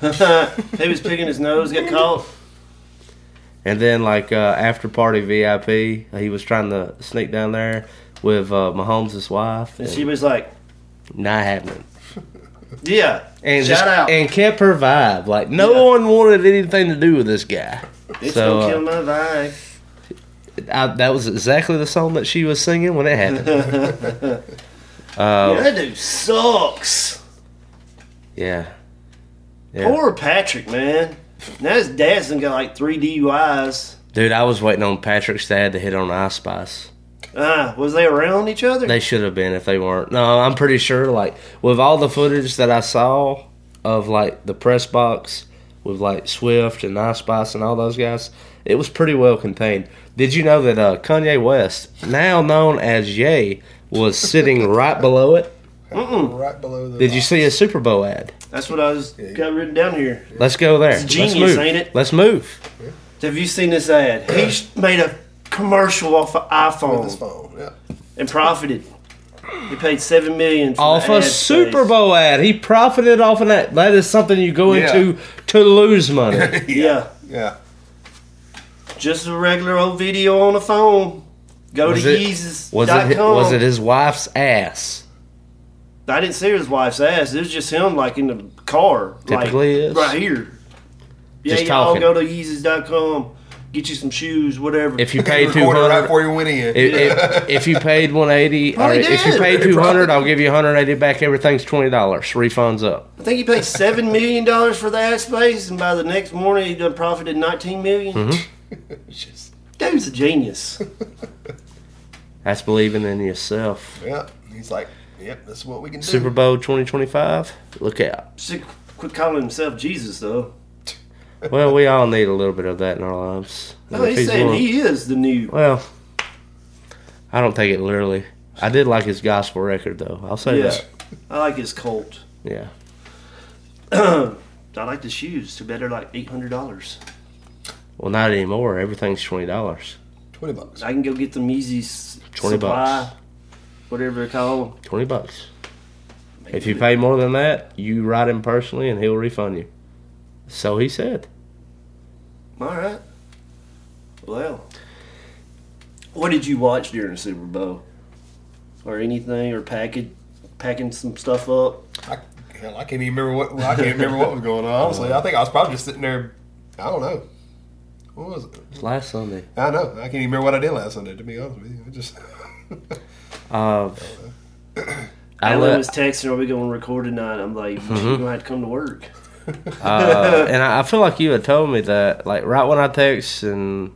Speaker 3: he was picking his nose, got caught.
Speaker 5: And then, like uh, after party VIP, he was trying to sneak down there with uh, Mahomes' wife.
Speaker 3: And
Speaker 5: And
Speaker 3: she was like,
Speaker 5: not happening.
Speaker 3: Yeah.
Speaker 5: And
Speaker 3: shout
Speaker 5: just-
Speaker 3: out.
Speaker 5: and kept her vibe. Like no
Speaker 3: Yeah.
Speaker 5: one wanted anything to do with this guy.
Speaker 3: it's
Speaker 5: so,
Speaker 3: gonna
Speaker 5: uh,
Speaker 3: kill my vibe.
Speaker 5: I, that was exactly the song that she was singing when it happened.
Speaker 3: yeah, that dude sucks.
Speaker 5: yeah. Yeah.
Speaker 3: Poor Patrick, man. Now his dad's done got like three DUIs.
Speaker 5: Dude, I was waiting on Patrick's dad to hit on Ice Spice.
Speaker 3: Ah, was they around each other?
Speaker 5: They should have been if they weren't. No, I'm pretty sure. Like with all the footage that I saw of like the press box with like Swift and Ice Spice and all those guys, it was pretty well contained. Did you know that uh, Kanye West, now known as Ye, was sitting right below it?
Speaker 1: Right below the.
Speaker 5: Did you see a Super Bowl ad?
Speaker 3: That's what I was got written down here.
Speaker 5: Let's go there.
Speaker 3: It's genius,
Speaker 5: Let's move.
Speaker 3: ain't it?
Speaker 5: Let's move.
Speaker 3: Have you seen this ad? He sh- made a commercial off of
Speaker 1: With his
Speaker 3: iPhone
Speaker 1: phone. Yeah.
Speaker 3: and profited. He paid seven million for
Speaker 5: Off
Speaker 3: the
Speaker 5: a
Speaker 3: ad
Speaker 5: Super
Speaker 3: space.
Speaker 5: Bowl ad. He profited off of that. That is something you go
Speaker 1: Yeah.
Speaker 5: into to lose money.
Speaker 3: Yeah,
Speaker 1: Yeah.
Speaker 3: just a regular old video on a phone. Go
Speaker 5: Was
Speaker 3: to
Speaker 5: it-
Speaker 3: Yeezus.com.
Speaker 5: Was it, was it his wife's ass?
Speaker 3: I didn't see his wife's ass. It was just him, like in the car,
Speaker 5: Typically
Speaker 3: like,
Speaker 5: is.
Speaker 3: right here. Yeah,
Speaker 5: Just
Speaker 3: y'all
Speaker 5: talking.
Speaker 3: go to Yeezus.com, get you some shoes, whatever.
Speaker 5: If you
Speaker 1: He
Speaker 5: paid two
Speaker 1: recorded right
Speaker 5: hundred,
Speaker 1: before you went in.
Speaker 5: if, if, if you paid one eighty, or
Speaker 3: Probably
Speaker 5: if you
Speaker 3: did.
Speaker 5: paid two hundred, I'll give you one hundred eighty back. Everything's twenty dollars. Refunds up.
Speaker 3: I think he paid seven million dollars for the ad space, and by the next morning he done profited nineteen million.
Speaker 5: Mm-hmm.
Speaker 1: Just-
Speaker 3: Dude's a genius.
Speaker 5: That's believing in yourself.
Speaker 1: yeah. He's like, yep, that's what we can do.
Speaker 5: Super Bowl twenty twenty five. Look out.
Speaker 3: Should quit calling himself Jesus though.
Speaker 5: Well, we all need a little bit of that in our lives.
Speaker 3: No, Oh, he's saying he is the new.
Speaker 5: Well, I don't take it literally. I did like his gospel record, though. I'll say
Speaker 3: Yeah,
Speaker 5: that.
Speaker 3: I like his Colt.
Speaker 5: Yeah.
Speaker 3: I like the shoes. Too bad they're like eight hundred dollars.
Speaker 5: Well, not anymore. Everything's twenty dollars.
Speaker 1: Twenty bucks.
Speaker 3: I can go get the Yeezys.
Speaker 5: 20
Speaker 3: supply,
Speaker 5: bucks.
Speaker 3: whatever they call them.
Speaker 5: Twenty bucks. If you pay more than that, you write him personally, and he'll refund you. So he said.
Speaker 3: All right. Well, what did you watch during the Super Bowl, or anything, or packing packing some stuff up?
Speaker 1: I, hell, I can't even remember what well, I can't remember what was going on. Honestly, I think I was probably just sitting there. I don't know. What was it?
Speaker 5: Last Sunday.
Speaker 1: I know. I can't even remember what I did last Sunday. To be honest with you, I just
Speaker 5: Uh, I
Speaker 3: Alan
Speaker 5: let- Mm-hmm.
Speaker 3: was texting, "Are we going to record tonight?" I'm like, "You're going to have to come to work."
Speaker 5: uh, and I, I feel like you had told me that, like right when I text, and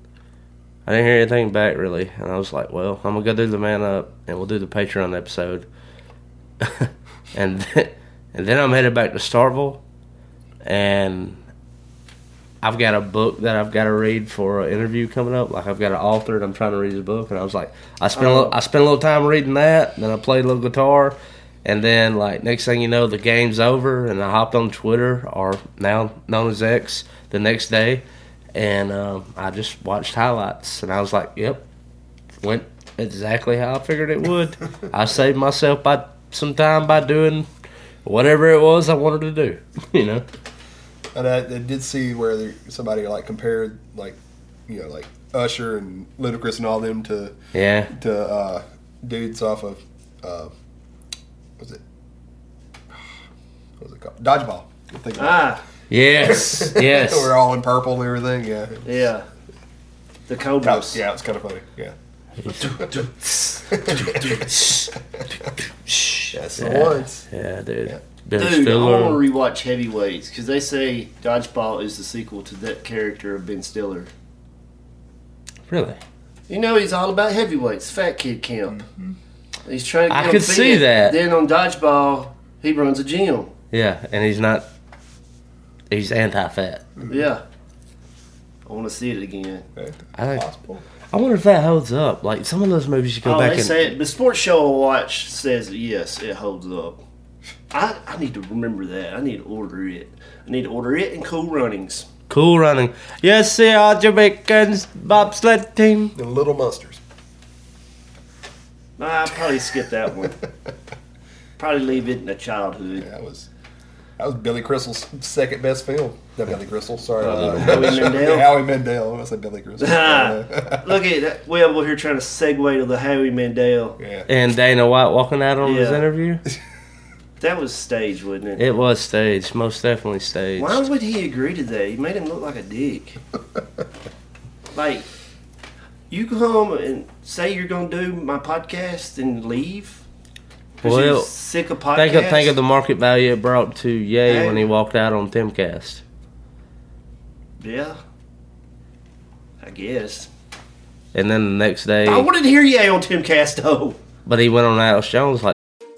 Speaker 5: I didn't hear anything back really. And I was like, "Well, I'm gonna go do the man up, and we'll do the Patreon episode." and then, and then I'm headed back to Starville, and I've got a book that I've got to read for an interview coming up. Like I've got an author, and I'm trying to read his book. And I was like, I spent a little, I spent a little time reading that. Then I played a little guitar, and then like next thing you know, the game's over, and I hopped on Twitter, or now known as X, the next day, and um, I just watched highlights, and I was like, Yep, went exactly how I figured it would. I saved myself by some time by doing whatever it was I wanted to do. You know,
Speaker 1: and I, I did see where there, somebody like compared like you know like Usher and Ludacris and all them to
Speaker 5: yeah.
Speaker 1: to uh, dudes off of uh, what was it what was it called dodgeball. I think
Speaker 3: Ah,
Speaker 5: Yes, yes.
Speaker 1: we're all in purple and everything. Yeah.
Speaker 3: yeah, the
Speaker 1: That
Speaker 3: Cobras.
Speaker 1: was, yeah, it's kind of funny. Yeah. That's the ones.
Speaker 5: Yeah, dude.
Speaker 1: Yeah.
Speaker 5: Dennis
Speaker 3: Dude, I
Speaker 5: Filler.
Speaker 3: want to rewatch Heavyweights because they say Dodgeball is the sequel to that character of Ben Stiller.
Speaker 5: Really?
Speaker 3: You know, he's all about heavyweights, fat kid camp. He's trying to
Speaker 5: Mm-hmm.
Speaker 3: get
Speaker 5: I
Speaker 3: him
Speaker 5: could see
Speaker 3: fit.
Speaker 5: that.
Speaker 3: Then on Dodgeball, he runs a gym.
Speaker 5: Yeah, and he's not. He's anti-fat.
Speaker 3: Yeah. I want to see it again.
Speaker 1: Yeah.
Speaker 5: I,
Speaker 1: Possible.
Speaker 5: I wonder if that holds up. Like some of those movies you go
Speaker 3: oh,
Speaker 5: back
Speaker 3: they
Speaker 5: and
Speaker 3: say it. The sports show I watch says yes, it holds up. I, I need to remember that. I need to order it. I need to order it and Cool Runnings.
Speaker 5: cool running. Yes, see our Jamaicans bobsled team.
Speaker 1: The Little Monsters.
Speaker 3: Nah, I'll probably skip that one. probably leave it in the childhood.
Speaker 1: That was that was Billy Crystal's second best film. Not Billy Crystal, sorry. Uh,
Speaker 3: Howie Mandel.
Speaker 1: Howie Mandel. I said Billy Crystal. yeah.
Speaker 3: Look at that. Well, we're here trying to segue to the Howie Mandel.
Speaker 5: And Dana White walking out on his
Speaker 3: Yeah.
Speaker 5: interview.
Speaker 3: That was staged, wasn't it?
Speaker 5: It was staged, most definitely staged.
Speaker 3: Why would he agree to that? He made him look like a dick. like, you come and say you're going to do my podcast and leave? 'Cause you're
Speaker 5: Well,
Speaker 3: sick of podcasts?
Speaker 5: Think of think of the market value it brought to Ye
Speaker 3: Hey.
Speaker 5: when he walked out on Timcast.
Speaker 3: Yeah. I guess.
Speaker 5: And then the next day,
Speaker 3: I wanted to hear Yay on Tim Casto.
Speaker 5: but he went on Alex Jones like.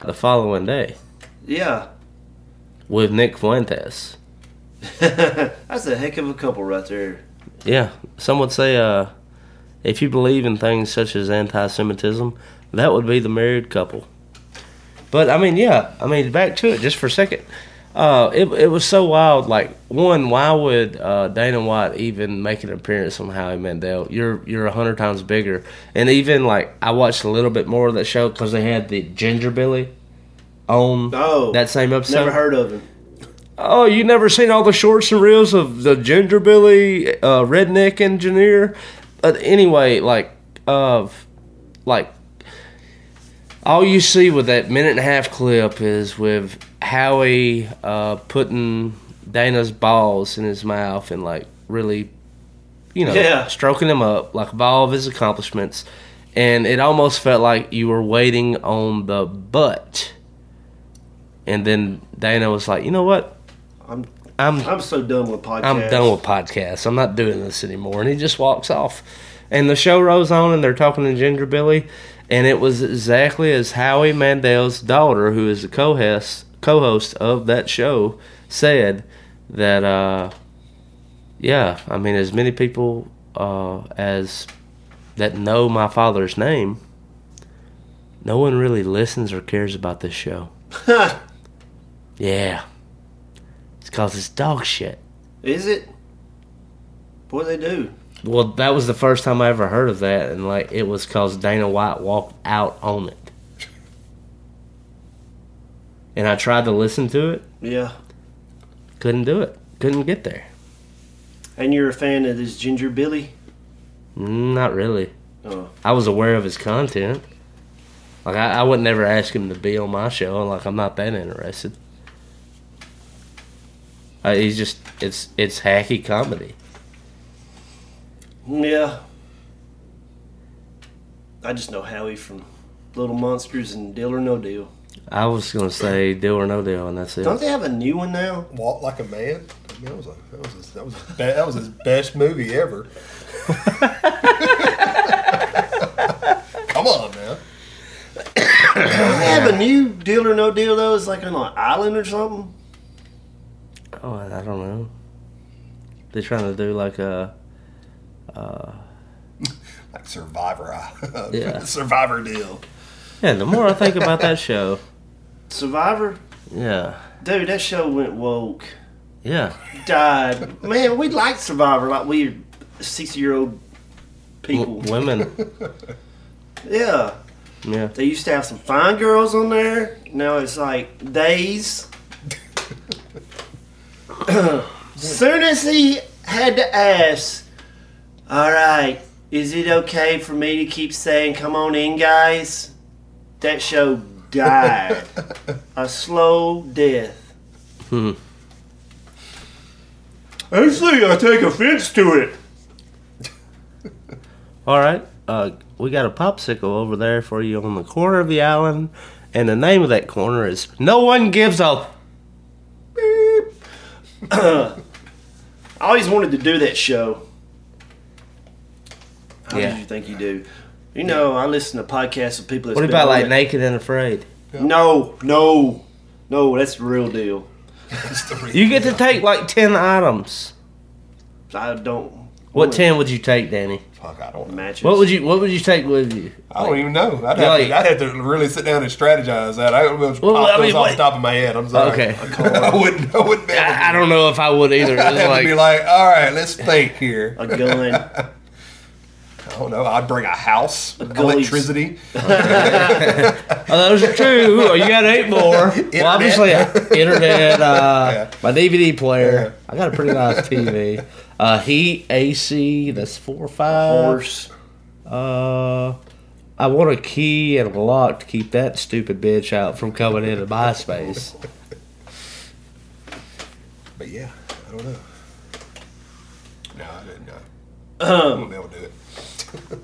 Speaker 5: the following day
Speaker 3: Yeah,
Speaker 5: with Nick Fuentes.
Speaker 3: that's a heck of a couple right there.
Speaker 5: Yeah, some would say uh, if you believe in things such as anti-Semitism, that would be the married couple. But I mean, yeah, I mean, back to it just for a second. Uh, it it was so wild. Like, one, why would uh, Dana White even make an appearance on Howie Mandel? You're you're a hundred times bigger. And even like, I watched a little bit more of that show because they had the Ginger Billy on
Speaker 3: Oh,
Speaker 5: that same episode.
Speaker 3: Never heard of him.
Speaker 5: Oh, you never seen all the shorts and reels of the Ginger Billy uh, redneck engineer? But anyway, like of like all you see with that minute and a half clip is with Howie uh, putting Dana's balls in his mouth and like really, you know,
Speaker 3: Yeah.
Speaker 5: stroking him up like of all of his accomplishments, and it almost felt like you were waiting on the butt. And then Dana was like, "You know what?
Speaker 3: I'm
Speaker 5: I'm
Speaker 3: I'm so done with podcasts.
Speaker 5: I'm done with podcasts. I'm not doing this anymore. And he just walks off. And the show rolls on, and they're talking to Ginger Billy, and it was exactly as Howie Mandel's daughter, who is the co-host co-host of that show, said that. Uh, yeah, I mean, as many people uh, as that know my father's name, no one really listens or cares about this show. yeah, it's cause it's dog shit.
Speaker 3: Is it? Boy, they do.
Speaker 5: Well, that was the first time I ever heard of that, and like it was because Dana White walked out on it. And I tried to listen to it,
Speaker 3: Yeah.
Speaker 5: couldn't do it, couldn't get there.
Speaker 3: And you're a fan of this Ginger Billy?
Speaker 5: Not really.
Speaker 3: Oh,
Speaker 5: I was aware of his content. Like I, I would never ask him to be on my show, and like I'm not that interested. Uh, he's just it's it's hacky comedy.
Speaker 3: yeah. I just know Howie from Little Monsters and Deal or No Deal.
Speaker 5: I was gonna say deal or no deal, and that's it.
Speaker 3: Don't they have a new one now?
Speaker 1: Walk like a man. I mean, that was a, that was his, that was his be- that was his best movie ever. Come on, man.
Speaker 3: Don't they have a new Deal or No Deal though? It's like on an island or something.
Speaker 5: Oh, I I don't know. They're trying to do like a
Speaker 1: Like Survivor, uh,
Speaker 5: Yeah.
Speaker 1: Survivor deal.
Speaker 5: yeah. The more I think about that show,
Speaker 3: Survivor?
Speaker 5: yeah,
Speaker 3: Dude, that show went woke.
Speaker 5: yeah,
Speaker 3: Died. Man, we like Survivor like we're 60 year old
Speaker 5: w-
Speaker 3: people.
Speaker 5: women,
Speaker 3: Yeah.
Speaker 5: yeah.
Speaker 3: They used to have some fine girls on there. Now it's like days. Soon as he had to ask, all right, is it okay for me to keep saying, come on in, guys? That show died. A slow death.
Speaker 5: Hmm.
Speaker 3: Actually, I take offense to it.
Speaker 5: All right, uh, we got a popsicle over there for you on the corner of the island, and the name of that corner is No One Gives a.
Speaker 3: I always wanted to do that show. How
Speaker 5: Yeah.
Speaker 3: did you think you do? You know, I listen to podcasts of people. That's
Speaker 5: What
Speaker 3: been
Speaker 5: about
Speaker 3: on
Speaker 5: like
Speaker 3: it.
Speaker 5: Naked and Afraid?
Speaker 3: No, no, no. That's the real deal.
Speaker 1: It's the re-
Speaker 5: You get to take like ten items.
Speaker 3: I don't.
Speaker 5: What ten would you take, Danny?
Speaker 1: Fuck, I don't.
Speaker 3: matches?
Speaker 5: What would you What would you take with you?
Speaker 1: I don't even know. I'd have,
Speaker 5: Yeah, like-
Speaker 1: to, I'd have to really sit down and strategize that. I don't know. if
Speaker 5: Well,
Speaker 1: pop
Speaker 5: I
Speaker 1: those
Speaker 5: mean,
Speaker 1: off
Speaker 5: what-
Speaker 1: the top of my head. I'm sorry.
Speaker 5: Okay.
Speaker 1: I wouldn't. I wouldn't. Be able to-
Speaker 5: I, I don't know if I would either.
Speaker 1: I'd
Speaker 5: It's
Speaker 1: have to be
Speaker 5: like,
Speaker 1: like, all right, let's think here.
Speaker 3: A gun.
Speaker 1: I don't know. I'd bring a house,
Speaker 3: gully.
Speaker 1: electricity.
Speaker 5: oh, those are two. Oh, you got eight more. Well, obviously, internet, uh,
Speaker 1: Yeah.
Speaker 5: my DVD player. I got a pretty nice TV. Uh, heat, AC, that's four or five.
Speaker 3: Horse.
Speaker 5: Uh, I want a key and a lock to keep that stupid bitch out from coming into my space.
Speaker 1: But yeah, I don't know. No, I didn't know. I'm gonna be able to do it.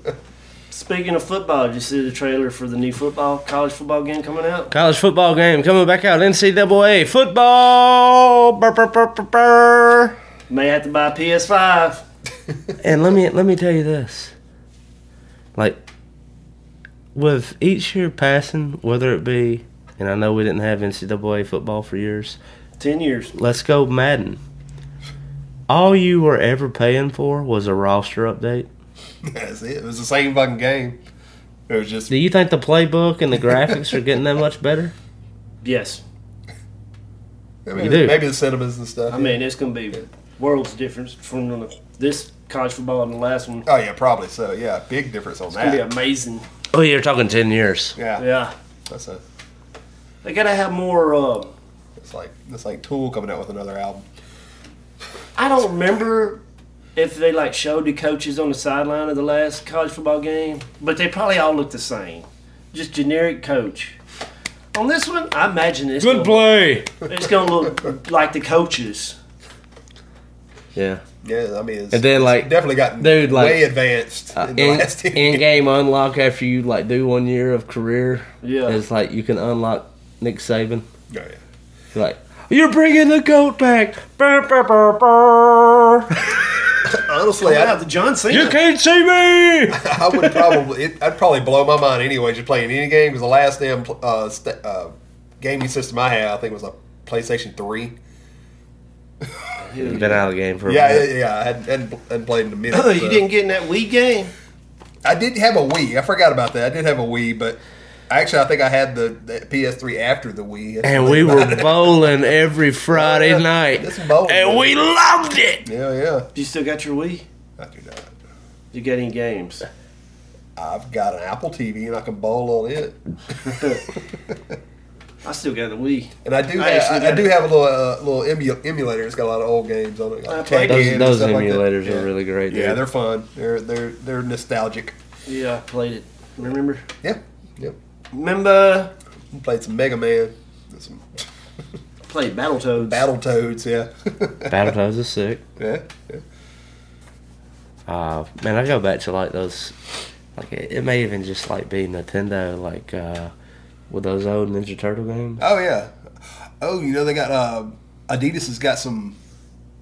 Speaker 3: Speaking of football, did you see the trailer for the new football college football game coming out?
Speaker 5: College football game coming back out. NCAA football. Brr, brr, brr, brr, brr.
Speaker 3: May have to buy a PS5.
Speaker 5: And let me let me tell you this. Like with each year passing, whether it be and I know we didn't have NCAA football for years.
Speaker 3: Ten years.
Speaker 5: Let's go Madden. All you were ever paying for was a roster update.
Speaker 1: That's it. It was the same fucking game. It was just
Speaker 5: Do you think the playbook and the graphics are getting that much better?
Speaker 3: Yes.
Speaker 1: I mean,
Speaker 5: You do.
Speaker 1: maybe the cinemas and stuff.
Speaker 3: I mean, it's going to be worlds difference from the, this college football and the last one. It's
Speaker 1: oh yeah, probably so. Yeah, big difference on
Speaker 3: going to
Speaker 1: that.
Speaker 3: be amazing.
Speaker 5: Oh, you're talking ten years.
Speaker 1: yeah,
Speaker 3: Yeah.
Speaker 1: That's a.
Speaker 3: They got to have more. Uh,
Speaker 1: It's like it's like Tool coming out with another album.
Speaker 3: I don't remember if they like showed the coaches on the sideline of the last college football game, but they probably all look the same. Just generic coach. On this one, I imagine it's gonna,
Speaker 5: Good play.
Speaker 3: it's gonna look like the coaches.
Speaker 5: Yeah.
Speaker 1: Yeah, I mean, it's,
Speaker 5: And then,
Speaker 1: it's
Speaker 5: like,
Speaker 1: definitely gotten
Speaker 5: dude, like, uh,
Speaker 1: way advanced in the
Speaker 5: in,
Speaker 1: last ten
Speaker 5: in game unlock after you like do one year of career.
Speaker 3: Yeah.
Speaker 5: it's like you can unlock Nick Saban.
Speaker 1: years. Oh, yeah.
Speaker 5: You're like you're bringing the goat back. Brr, brr, brr, brr.
Speaker 1: Honestly,
Speaker 3: Yeah,
Speaker 1: I,
Speaker 3: the John Cena.
Speaker 5: You can't see me.
Speaker 1: I would probably it, I'd probably blow my mind anyway just playing any game because the last damn pl- uh, st- uh, gaming system I had I think was a PlayStation Three.
Speaker 5: You've been out of the game for a
Speaker 1: Yeah, yeah,
Speaker 5: minute.
Speaker 1: yeah. I hadn't, hadn't, hadn't played in a minute.
Speaker 3: you
Speaker 1: so.
Speaker 3: didn't get in that Wii game.
Speaker 1: I did have a Wii. I forgot about that. I did have a Wii, but actually, I think I had the, the PS3 after the Wii. That's
Speaker 5: And
Speaker 1: what
Speaker 5: we
Speaker 1: I
Speaker 5: were
Speaker 1: thought.
Speaker 5: bowling every Friday
Speaker 1: Yeah,
Speaker 5: night,
Speaker 1: it's bowling,
Speaker 5: and
Speaker 1: man.
Speaker 5: we loved it.
Speaker 1: Yeah, yeah.
Speaker 3: You still got your Wii?
Speaker 1: I do not.
Speaker 3: You got any games?
Speaker 1: I've got an Apple TV and I can bowl on it.
Speaker 3: I still got the Wii.
Speaker 1: And I do,
Speaker 3: I
Speaker 1: have,
Speaker 3: actually
Speaker 1: I, I
Speaker 3: got
Speaker 1: do
Speaker 3: it.
Speaker 1: have a little uh, little emu- emulator. It's got a lot of old games on it.
Speaker 3: I
Speaker 1: Like Tekken
Speaker 3: played
Speaker 5: Those,
Speaker 1: and
Speaker 5: those
Speaker 1: stuff like that.
Speaker 5: emulators
Speaker 1: Yeah.
Speaker 5: are really great.
Speaker 1: Yeah,
Speaker 5: dude.
Speaker 1: they're fun. They're they're they're nostalgic.
Speaker 3: Yeah, I played it. Remember?
Speaker 1: Yeah, yep.
Speaker 3: Remember?
Speaker 1: Played some Mega Man, and some
Speaker 3: Played Battletoads.
Speaker 1: Battletoads. Yeah,
Speaker 5: Battletoads is sick.
Speaker 1: yeah, yeah.
Speaker 5: Uh, man, I go back to like those, like it, it may even just like be Nintendo, like uh, with those old Ninja Turtle games.
Speaker 1: Oh yeah. Oh, you know they got uh, Adidas has got some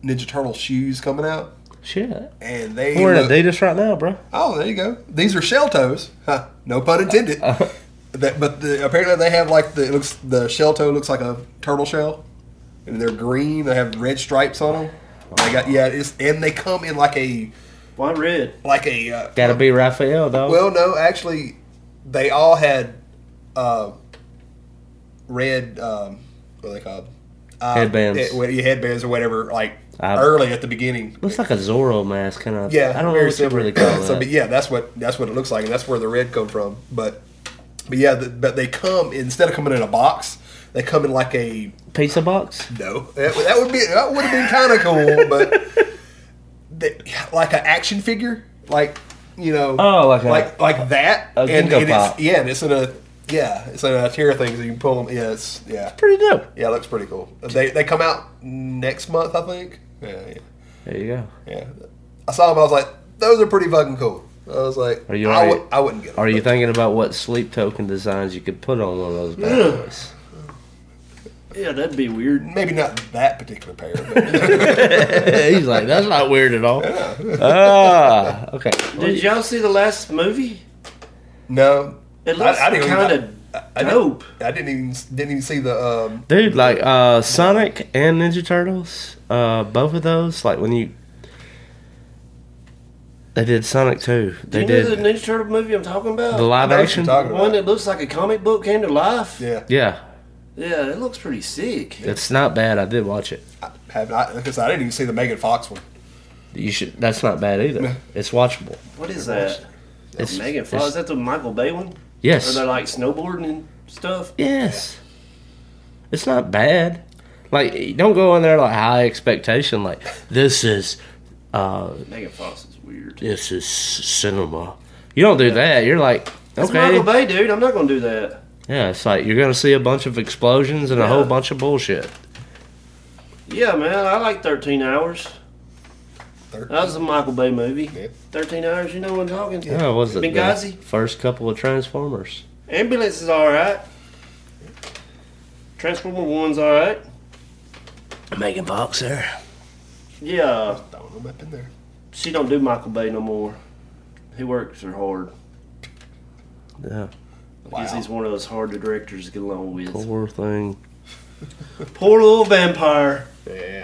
Speaker 1: Ninja Turtle shoes coming out,
Speaker 5: Shit,
Speaker 1: and they
Speaker 5: we're in
Speaker 1: look-
Speaker 5: Adidas right now, bro.
Speaker 1: Oh, there you go. These are shell toes. Huh, no pun intended. that, but the, apparently they have like the it looks the shell toe looks like a turtle shell, and they're green. They have red stripes on them. They got yeah, it's, and they come in like a
Speaker 3: Why red?
Speaker 1: like a uh,
Speaker 5: Gotta be Raphael, though.
Speaker 1: Well, no, actually, they all had uh, red. Um, what do they call uh,
Speaker 5: Headbands.
Speaker 1: eh, well, yeah, headbands or whatever. Like
Speaker 5: Uh,
Speaker 1: early at the beginning.
Speaker 5: looks like a Zorro mask, kind of.
Speaker 1: Yeah,
Speaker 5: I don't know
Speaker 1: very
Speaker 5: what you
Speaker 1: similar.
Speaker 5: really call
Speaker 1: so,
Speaker 5: that.
Speaker 1: but yeah, that's what that's what it looks like, and that's where the red come from. But but yeah, the, but they come instead of coming in a box, they come in like a
Speaker 5: Pizza box.
Speaker 1: no. That, that would be that would have been kind of cool, but they, like an action figure, like you know,
Speaker 5: Oh, like a-
Speaker 1: like like that,
Speaker 5: a
Speaker 1: and,
Speaker 5: Ginko
Speaker 1: and it's,
Speaker 5: Pop.
Speaker 1: yeah, and it's in a yeah, it's in a tier thing, so you can pull them. Yeah, it's, yeah,
Speaker 5: Pretty dope.
Speaker 1: yeah, it looks pretty cool. They they come out next month, I think. Yeah, yeah.
Speaker 5: There you go.
Speaker 1: yeah. I saw them. I was like, those are pretty fucking cool. I was like,
Speaker 5: Are you
Speaker 1: I,
Speaker 5: already-
Speaker 1: would, I wouldn't get them.
Speaker 5: Are you thinking about what sleep token designs you could put on one of those bad boys?
Speaker 3: Yeah, that'd be weird.
Speaker 1: Maybe not that particular pair. But
Speaker 5: He's like, that's not weird at all. ah, okay.
Speaker 1: Oh,
Speaker 3: Did y'all see the last movie?
Speaker 1: no,
Speaker 3: It looks
Speaker 1: I didn't even-
Speaker 3: kind
Speaker 1: I
Speaker 3: of
Speaker 1: didn't-
Speaker 3: dope.
Speaker 1: I didn't even didn't even see the um,
Speaker 5: Dude, like uh, Sonic and Ninja Turtles, uh, both of those, like when you. They did Sonic 2. They
Speaker 3: You
Speaker 5: did
Speaker 3: know the Ninja Turtle movie I'm talking about?
Speaker 5: the live
Speaker 1: I know what you're
Speaker 5: action.
Speaker 1: talking about.
Speaker 3: One that looks like a comic book came to life.
Speaker 1: Yeah,
Speaker 5: Yeah,
Speaker 3: Yeah, it looks pretty sick.
Speaker 5: it's not bad. I did watch it.
Speaker 1: have not because I didn't even see the Megan Fox one.
Speaker 5: You should. That's not bad either. It's watchable.
Speaker 3: What is that?
Speaker 5: It's
Speaker 3: Megan Fox.
Speaker 5: it's-
Speaker 3: Is that the Michael Bay one? Or
Speaker 5: Yes.
Speaker 3: they're like snowboarding and stuff?
Speaker 5: Yes. It's not bad. Like, you don't go in there like high expectation. Like, this is, uh,
Speaker 3: Megan Fox is weird.
Speaker 5: this is cinema. You don't do that. You're like,
Speaker 3: It's
Speaker 5: okay,
Speaker 3: Michael Bay, dude. I'm not going to do that.
Speaker 5: yeah. It's like you're gonna see a bunch of explosions and a
Speaker 3: Yeah.
Speaker 5: whole bunch of bullshit.
Speaker 3: Yeah, man, I like 13 hours.
Speaker 1: Thirteen.
Speaker 3: That was a Michael Bay movie.
Speaker 1: Yeah.
Speaker 3: 13 hours, you know what I'm talking
Speaker 5: Oh, was it the
Speaker 3: Benghazi?
Speaker 5: first couple of Transformers?
Speaker 3: Ambulance is alright. Transformer 1's alright.
Speaker 5: Megan Fox there.
Speaker 3: Yeah,
Speaker 1: Throwing them up in there.
Speaker 3: she don't do Michael Bay no more. He works her hard.
Speaker 5: Yeah,
Speaker 1: Wow.
Speaker 3: Because he's one of those hard directors to get along with.
Speaker 5: poor thing.
Speaker 3: Poor little vampire.
Speaker 1: Yeah.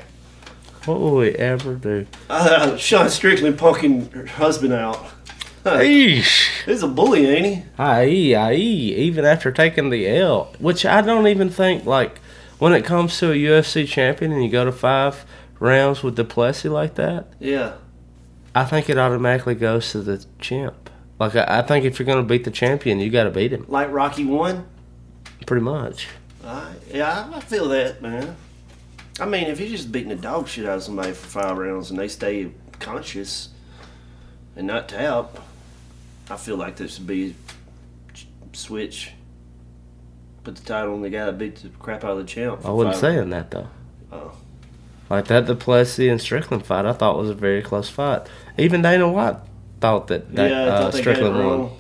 Speaker 5: What will we ever do?
Speaker 3: Uh, Sean Strickland punking her husband out.
Speaker 5: Eesh.
Speaker 3: He's a bully, ain't he?
Speaker 5: Aye, aye, E, even after taking the L, which I don't even think, like, when it comes to a UFC champion and you go to five rounds with Duplessis like that,
Speaker 3: Yeah.
Speaker 5: I think it automatically goes to the champ. Like, I, I think if you're going to beat the champion, you got to beat him,
Speaker 3: Like Rocky 1.
Speaker 5: pretty much.
Speaker 3: I, Uh, yeah, I I feel that, man. I mean, if you're just beating the dog shit out of somebody for five rounds and they stay conscious and not tap, I feel like this would be switch. Put the title on the guy that beat the crap out of the champ. for
Speaker 5: I wasn't
Speaker 3: five-
Speaker 5: saying that, though.
Speaker 3: Oh.
Speaker 5: Like, that Duplessis and Strickland fight, I thought was a very close fight. Even Dana White thought that, that
Speaker 3: yeah, I thought
Speaker 5: uh,
Speaker 3: they got it
Speaker 5: Strickland won.
Speaker 3: wrong.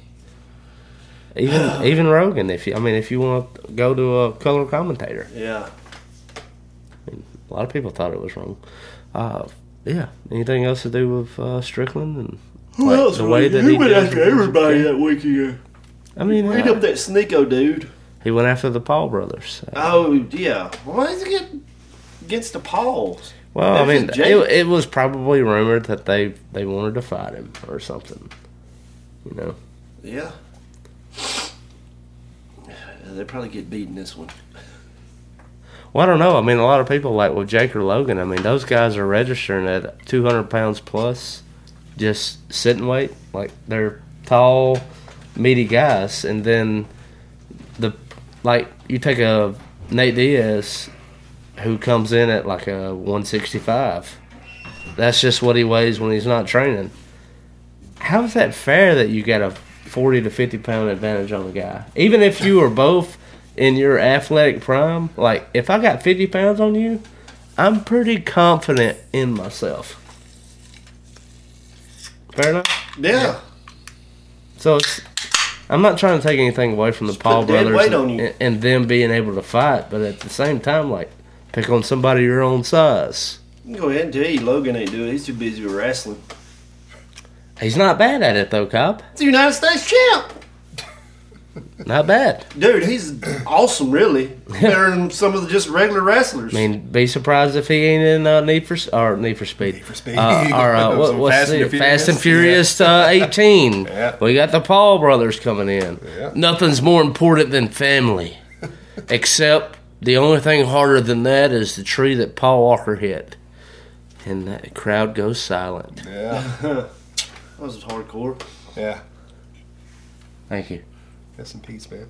Speaker 5: Even even Rogan, if you, I mean, if you want to go to a color commentator.
Speaker 3: Yeah.
Speaker 5: A lot of people thought it was wrong. Uh, yeah. Anything else to do with uh, Strickland and
Speaker 3: Who
Speaker 5: like,
Speaker 3: else?
Speaker 5: the way that
Speaker 3: he,
Speaker 5: he
Speaker 3: went
Speaker 5: deals
Speaker 3: after
Speaker 5: with-
Speaker 3: everybody that weekend.
Speaker 5: I mean,
Speaker 3: He
Speaker 5: uh,
Speaker 3: up that Sneeko dude.
Speaker 5: he went after the Paul brothers. Uh,
Speaker 3: Oh yeah. Why is he getting against the Pauls?
Speaker 5: well, I
Speaker 3: that's
Speaker 5: mean,
Speaker 3: just
Speaker 5: it,
Speaker 3: Jake.
Speaker 5: it was probably rumored that they they wanted to fight him or something. You know,
Speaker 3: Yeah. They probably get beat in this one.
Speaker 5: well, I don't know. I mean, a lot of people like with Jake or Logan. I mean, those guys are registering at 200 pounds plus, just sitting weight. Like they're tall, meaty guys, and then the like you take a Nate Diaz who comes in at like a 165. That's just what he weighs when he's not training. How is that fair that you got a 40 to 50 pound advantage on the guy? Even if you are both in your athletic prime, like if I got 50 pounds on you, I'm pretty confident in myself. Fair enough?
Speaker 3: Yeah.
Speaker 5: So it's, I'm not trying to take anything away from the
Speaker 3: put
Speaker 5: Paul
Speaker 3: dead
Speaker 5: brothers
Speaker 3: weight
Speaker 5: and,
Speaker 3: on you.
Speaker 5: and- and them being able to fight, but at the same time, like pick on somebody your own size.
Speaker 3: You can Go ahead and tell you Logan ain't doing it. He's too busy with wrestling.
Speaker 5: He's not bad at it though, Cobb.
Speaker 3: It's the United States champ.
Speaker 5: Not bad.
Speaker 3: Dude, he's awesome really. Better than some of the just regular wrestlers.
Speaker 5: I mean, be surprised if he ain't in uh, Need for S- or Need for Speed. Need
Speaker 1: for Speed.
Speaker 5: Uh, or uh, what,
Speaker 1: Some
Speaker 5: what's
Speaker 1: Fast and
Speaker 5: the-
Speaker 1: the
Speaker 5: Fast and
Speaker 1: Furious.
Speaker 5: Furious uh, 18.
Speaker 1: Yeah.
Speaker 5: We got the Paul brothers coming in.
Speaker 1: Yeah.
Speaker 5: Nothing's more important than family, except the only thing harder than that is the tree that Paul Walker hit, and the crowd goes silent.
Speaker 1: Yeah.
Speaker 3: that was hardcore.
Speaker 1: Yeah.
Speaker 5: Thank you.
Speaker 1: Rest in peace, man.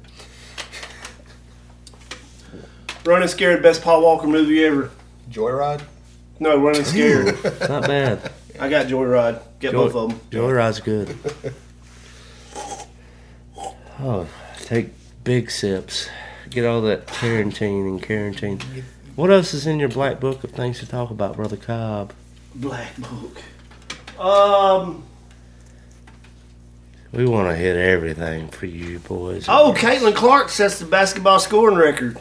Speaker 3: Running scared, best Paul Walker movie ever.
Speaker 1: Joyride.
Speaker 3: No, running scared.
Speaker 5: Not bad.
Speaker 3: I got Joyride. Get
Speaker 5: Joy-
Speaker 3: both of them.
Speaker 5: Joyride's good. Oh, take big sips. Get all that quarantine and quarantine. What else is in your black book of things to talk about, Brother Cobb?
Speaker 3: Black Book. Um.
Speaker 5: We want to hit everything for you boys.
Speaker 3: Oh, Caitlin Clark sets the basketball scoring record.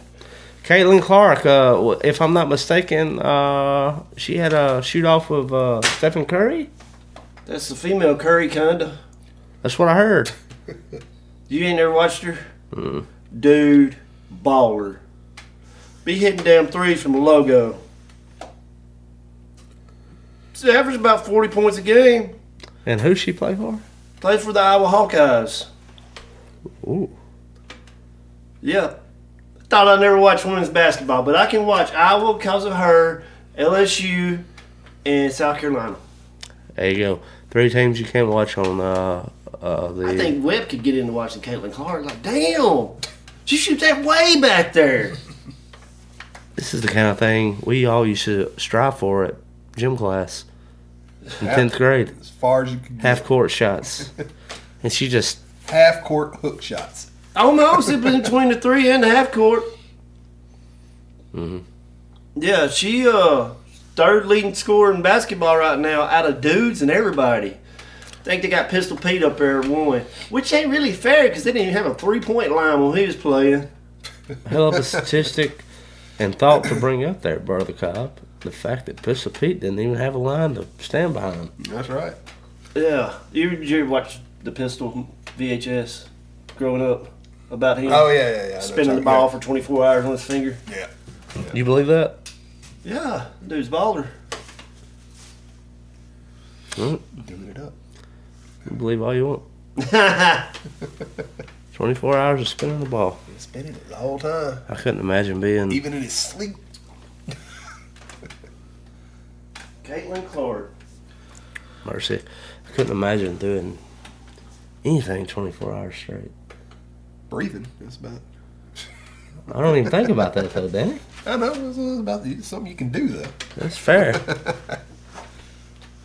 Speaker 5: Caitlin Clark, uh, w- if I'm not mistaken, uh, she had a shoot off with uh, Stephen Curry.
Speaker 3: That's the female Curry kinda.
Speaker 5: That's what I heard.
Speaker 3: You ain't never watched her? Dude, baller. Be hitting damn threes from the logo. She averaged about 40 points a game.
Speaker 5: And who she play for?
Speaker 3: Plays for the Iowa Hawkeyes.
Speaker 5: Ooh,
Speaker 3: Yeah. Thought I'd never watch women's basketball, but I can watch Iowa because of her, LSU, and South Carolina.
Speaker 5: there you go. Three teams you can't watch on uh, uh, the.
Speaker 3: I think Webb could get into watching Caitlin Clark. Like, damn, she shoots that way back there.
Speaker 5: This is the kind of thing we all used to strive for at gym class in
Speaker 1: Yeah.
Speaker 5: tenth grade.
Speaker 1: As far as you can get.
Speaker 5: Half court shots, and she just
Speaker 1: Half court hook shots.
Speaker 3: Almost in between the three and the half court. Mm-hmm. Yeah, she uh third leading scorer in basketball right now out of dudes and everybody. think they got Pistol Pete up there at one, which ain't really fair because they didn't even have a three point line when he was playing.
Speaker 5: Hell of a statistic and thought to bring up there, brother Cobb. The fact that Pistol Pete didn't even have a line to stand behind.
Speaker 1: That's right.
Speaker 3: Yeah, you you watch the Pistol VHS growing up about him
Speaker 1: Oh yeah, yeah, yeah. I know
Speaker 3: spinning the
Speaker 1: what
Speaker 3: ball
Speaker 1: you're
Speaker 3: for 24 hours on his finger.
Speaker 1: talking about.
Speaker 5: You believe that?
Speaker 3: Yeah, dude's baller.
Speaker 1: Yeah, doing it up.
Speaker 5: Hmm. You believe all you want. 24 hours of spinning the ball.
Speaker 1: He's spinning it the whole time,
Speaker 5: I couldn't imagine being.
Speaker 1: even in his sleep.
Speaker 3: Caitlin Clark.
Speaker 5: Mercy. I couldn't imagine doing anything 24 hours straight.
Speaker 1: breathing. That's about.
Speaker 5: I don't even think about that though, Danny.
Speaker 1: I know it's, it's about it's something you can do though.
Speaker 5: That's fair.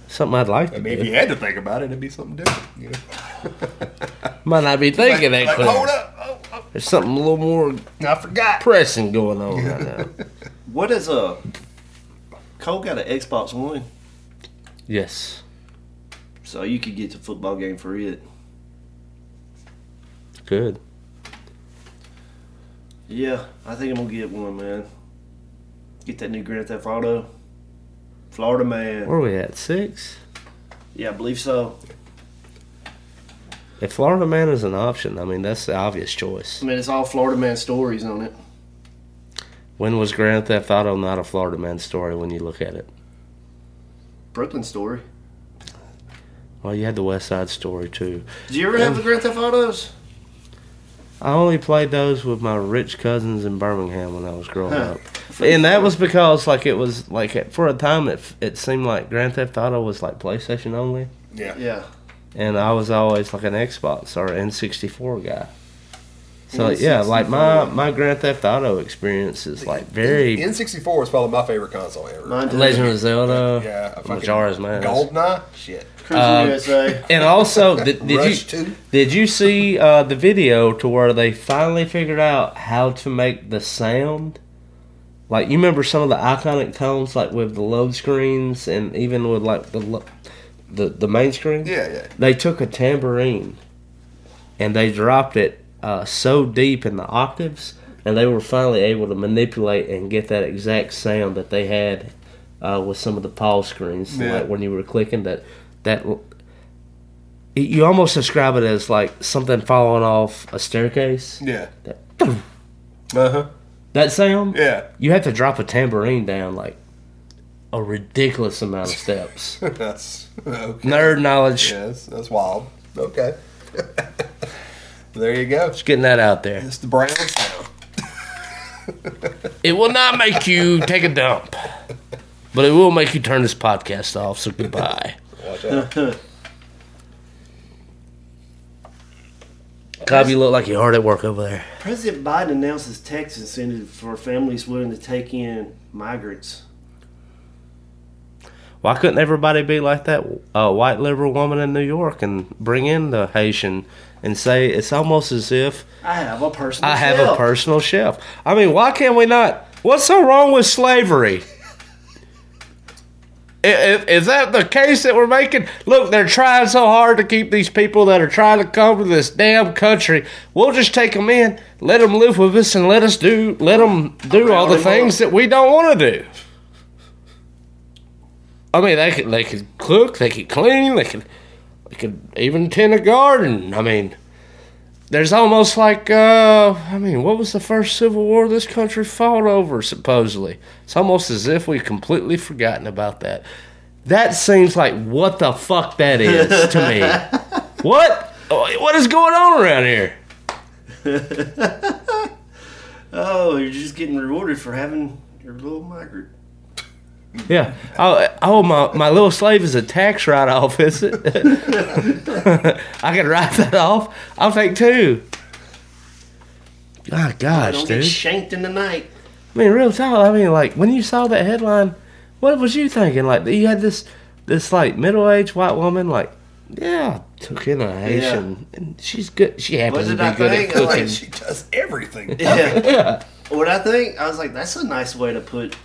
Speaker 5: Something I'd like to
Speaker 1: I mean, if
Speaker 5: do.
Speaker 1: you had to think about it, it'd be something different. You know?
Speaker 5: Might not be thinking that
Speaker 1: Like,
Speaker 5: clear.
Speaker 1: hold up, oh, oh,
Speaker 5: There's something a little more
Speaker 1: I forgot.
Speaker 5: pressing going on right now.
Speaker 3: What is a Cole got an Xbox One,
Speaker 5: Yes.
Speaker 3: so you could get the football game for it.
Speaker 5: Good.
Speaker 3: Yeah, I think I'm gonna get one, man. Get that new Grand Theft Auto, Florida man.
Speaker 5: Where are we at? Six?
Speaker 3: Yeah, I believe so.
Speaker 5: If Florida Man is an option, I mean, that's the obvious choice.
Speaker 3: I mean, it's all Florida man stories on it.
Speaker 5: When was Grand Theft Auto not a Florida Man story when you look at it?
Speaker 3: Brooklyn story.
Speaker 5: Well, you had the West Side story too.
Speaker 3: Did you ever have the Grand Theft Autos?
Speaker 5: I only played those with my rich cousins in Birmingham when I was growing
Speaker 3: Huh.
Speaker 5: up, and that was because like it was like for a time it it seemed like Grand Theft Auto was like PlayStation only,
Speaker 1: Yeah.
Speaker 3: Yeah.
Speaker 5: and I was always like an Xbox or N sixty four guy. So yeah, like my my Grand Theft Auto experience is like very
Speaker 1: N64 is probably my favorite console ever.
Speaker 3: Mine too.
Speaker 5: Legend of Zelda,
Speaker 1: Yeah, I fucking-
Speaker 5: Majora's Mask,
Speaker 1: Goldeneye. Shit.
Speaker 3: Cruising
Speaker 5: Uh,
Speaker 3: USA.
Speaker 5: and also Oh, did, did
Speaker 1: Rush
Speaker 5: you
Speaker 1: Two.
Speaker 5: did you see uh, the video to where they finally figured out how to make the sound like you remember some of the iconic tones like with the load screens and even with like the lo- the, the main screen
Speaker 1: Yeah, yeah.
Speaker 5: they took a tambourine and they dropped it uh, so deep in the octaves and they were finally able to manipulate and get that exact sound that they had uh, with some of the pause screens
Speaker 1: Yeah.
Speaker 5: like when you were clicking that that l- you almost describe it as like something falling off a staircase
Speaker 1: Yeah. Uh huh.
Speaker 5: that sound
Speaker 1: Yeah.
Speaker 5: you have to drop a tambourine down like a ridiculous amount of steps
Speaker 1: That's okay.
Speaker 5: nerd knowledge
Speaker 1: Yeah, that's, that's wild. Okay. there you go.
Speaker 5: just getting that out there
Speaker 1: It's the brown sound.
Speaker 5: It will not make you take a dump, but it will make you turn this podcast off. So goodbye.
Speaker 1: Watch out.
Speaker 5: Cobb, you look like you're hard at work over there.
Speaker 3: President Biden announces tax incentive for families willing to take in migrants.
Speaker 5: Why couldn't everybody be like that uh, white liberal woman in New York and bring in the Haitian and say it's almost as if
Speaker 3: I have a personal.
Speaker 5: I have a
Speaker 3: shelf.
Speaker 5: personal chef? I mean, why can't we not? What's so wrong with slavery? I- i- Is that the case that we're making? Look, they're trying so hard to keep these people that are trying to come to this damn country. We'll just take them in, let them live with us, and let us do let them do all the
Speaker 3: Round 'em
Speaker 5: things that we don't want to do. I mean, they could they could cook, they could clean, they could they could even tend a garden. I mean, there's almost like uh, I mean, what was the first Civil War this country fought over? Supposedly, it's almost as if we've completely forgotten about that. That seems like what the fuck that is to me. What? What is going on around here?
Speaker 3: Oh, you're just getting rewarded for having your little migrant.
Speaker 5: Yeah. Oh, oh my, my little slave is a tax write off, is it? I can write that off. I'll take two. My gosh,
Speaker 3: Don't
Speaker 5: dude.
Speaker 3: get shanked in the night.
Speaker 5: I mean, real talk. I mean, like when you saw that headline, what was you thinking? Like you had this, this like middle aged white woman, like yeah, took in a Haitian, and she's good. She happens
Speaker 3: Wasn't
Speaker 5: to
Speaker 3: I
Speaker 5: be good at
Speaker 3: thinking, like,
Speaker 5: cooking.
Speaker 1: Like, she does everything.
Speaker 3: Yeah. What I think, I was like, that's a nice way to put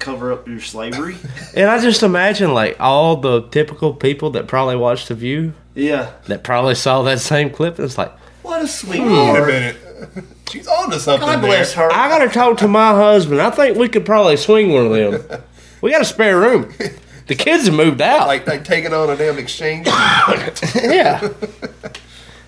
Speaker 3: cover up your slavery.
Speaker 5: And I just imagine like all the typical people that probably watched The View
Speaker 3: yeah.
Speaker 5: that probably saw that same clip and it's like,
Speaker 3: What a
Speaker 1: Wait a
Speaker 3: sweetheart.
Speaker 1: minute. She's on to something.
Speaker 3: God
Speaker 1: there.
Speaker 3: bless her.
Speaker 5: I gotta talk to my husband. I think we could probably swing one of them. We got a spare room. The kids have moved out.
Speaker 1: Like, like taking on a damn exchange.
Speaker 5: yeah.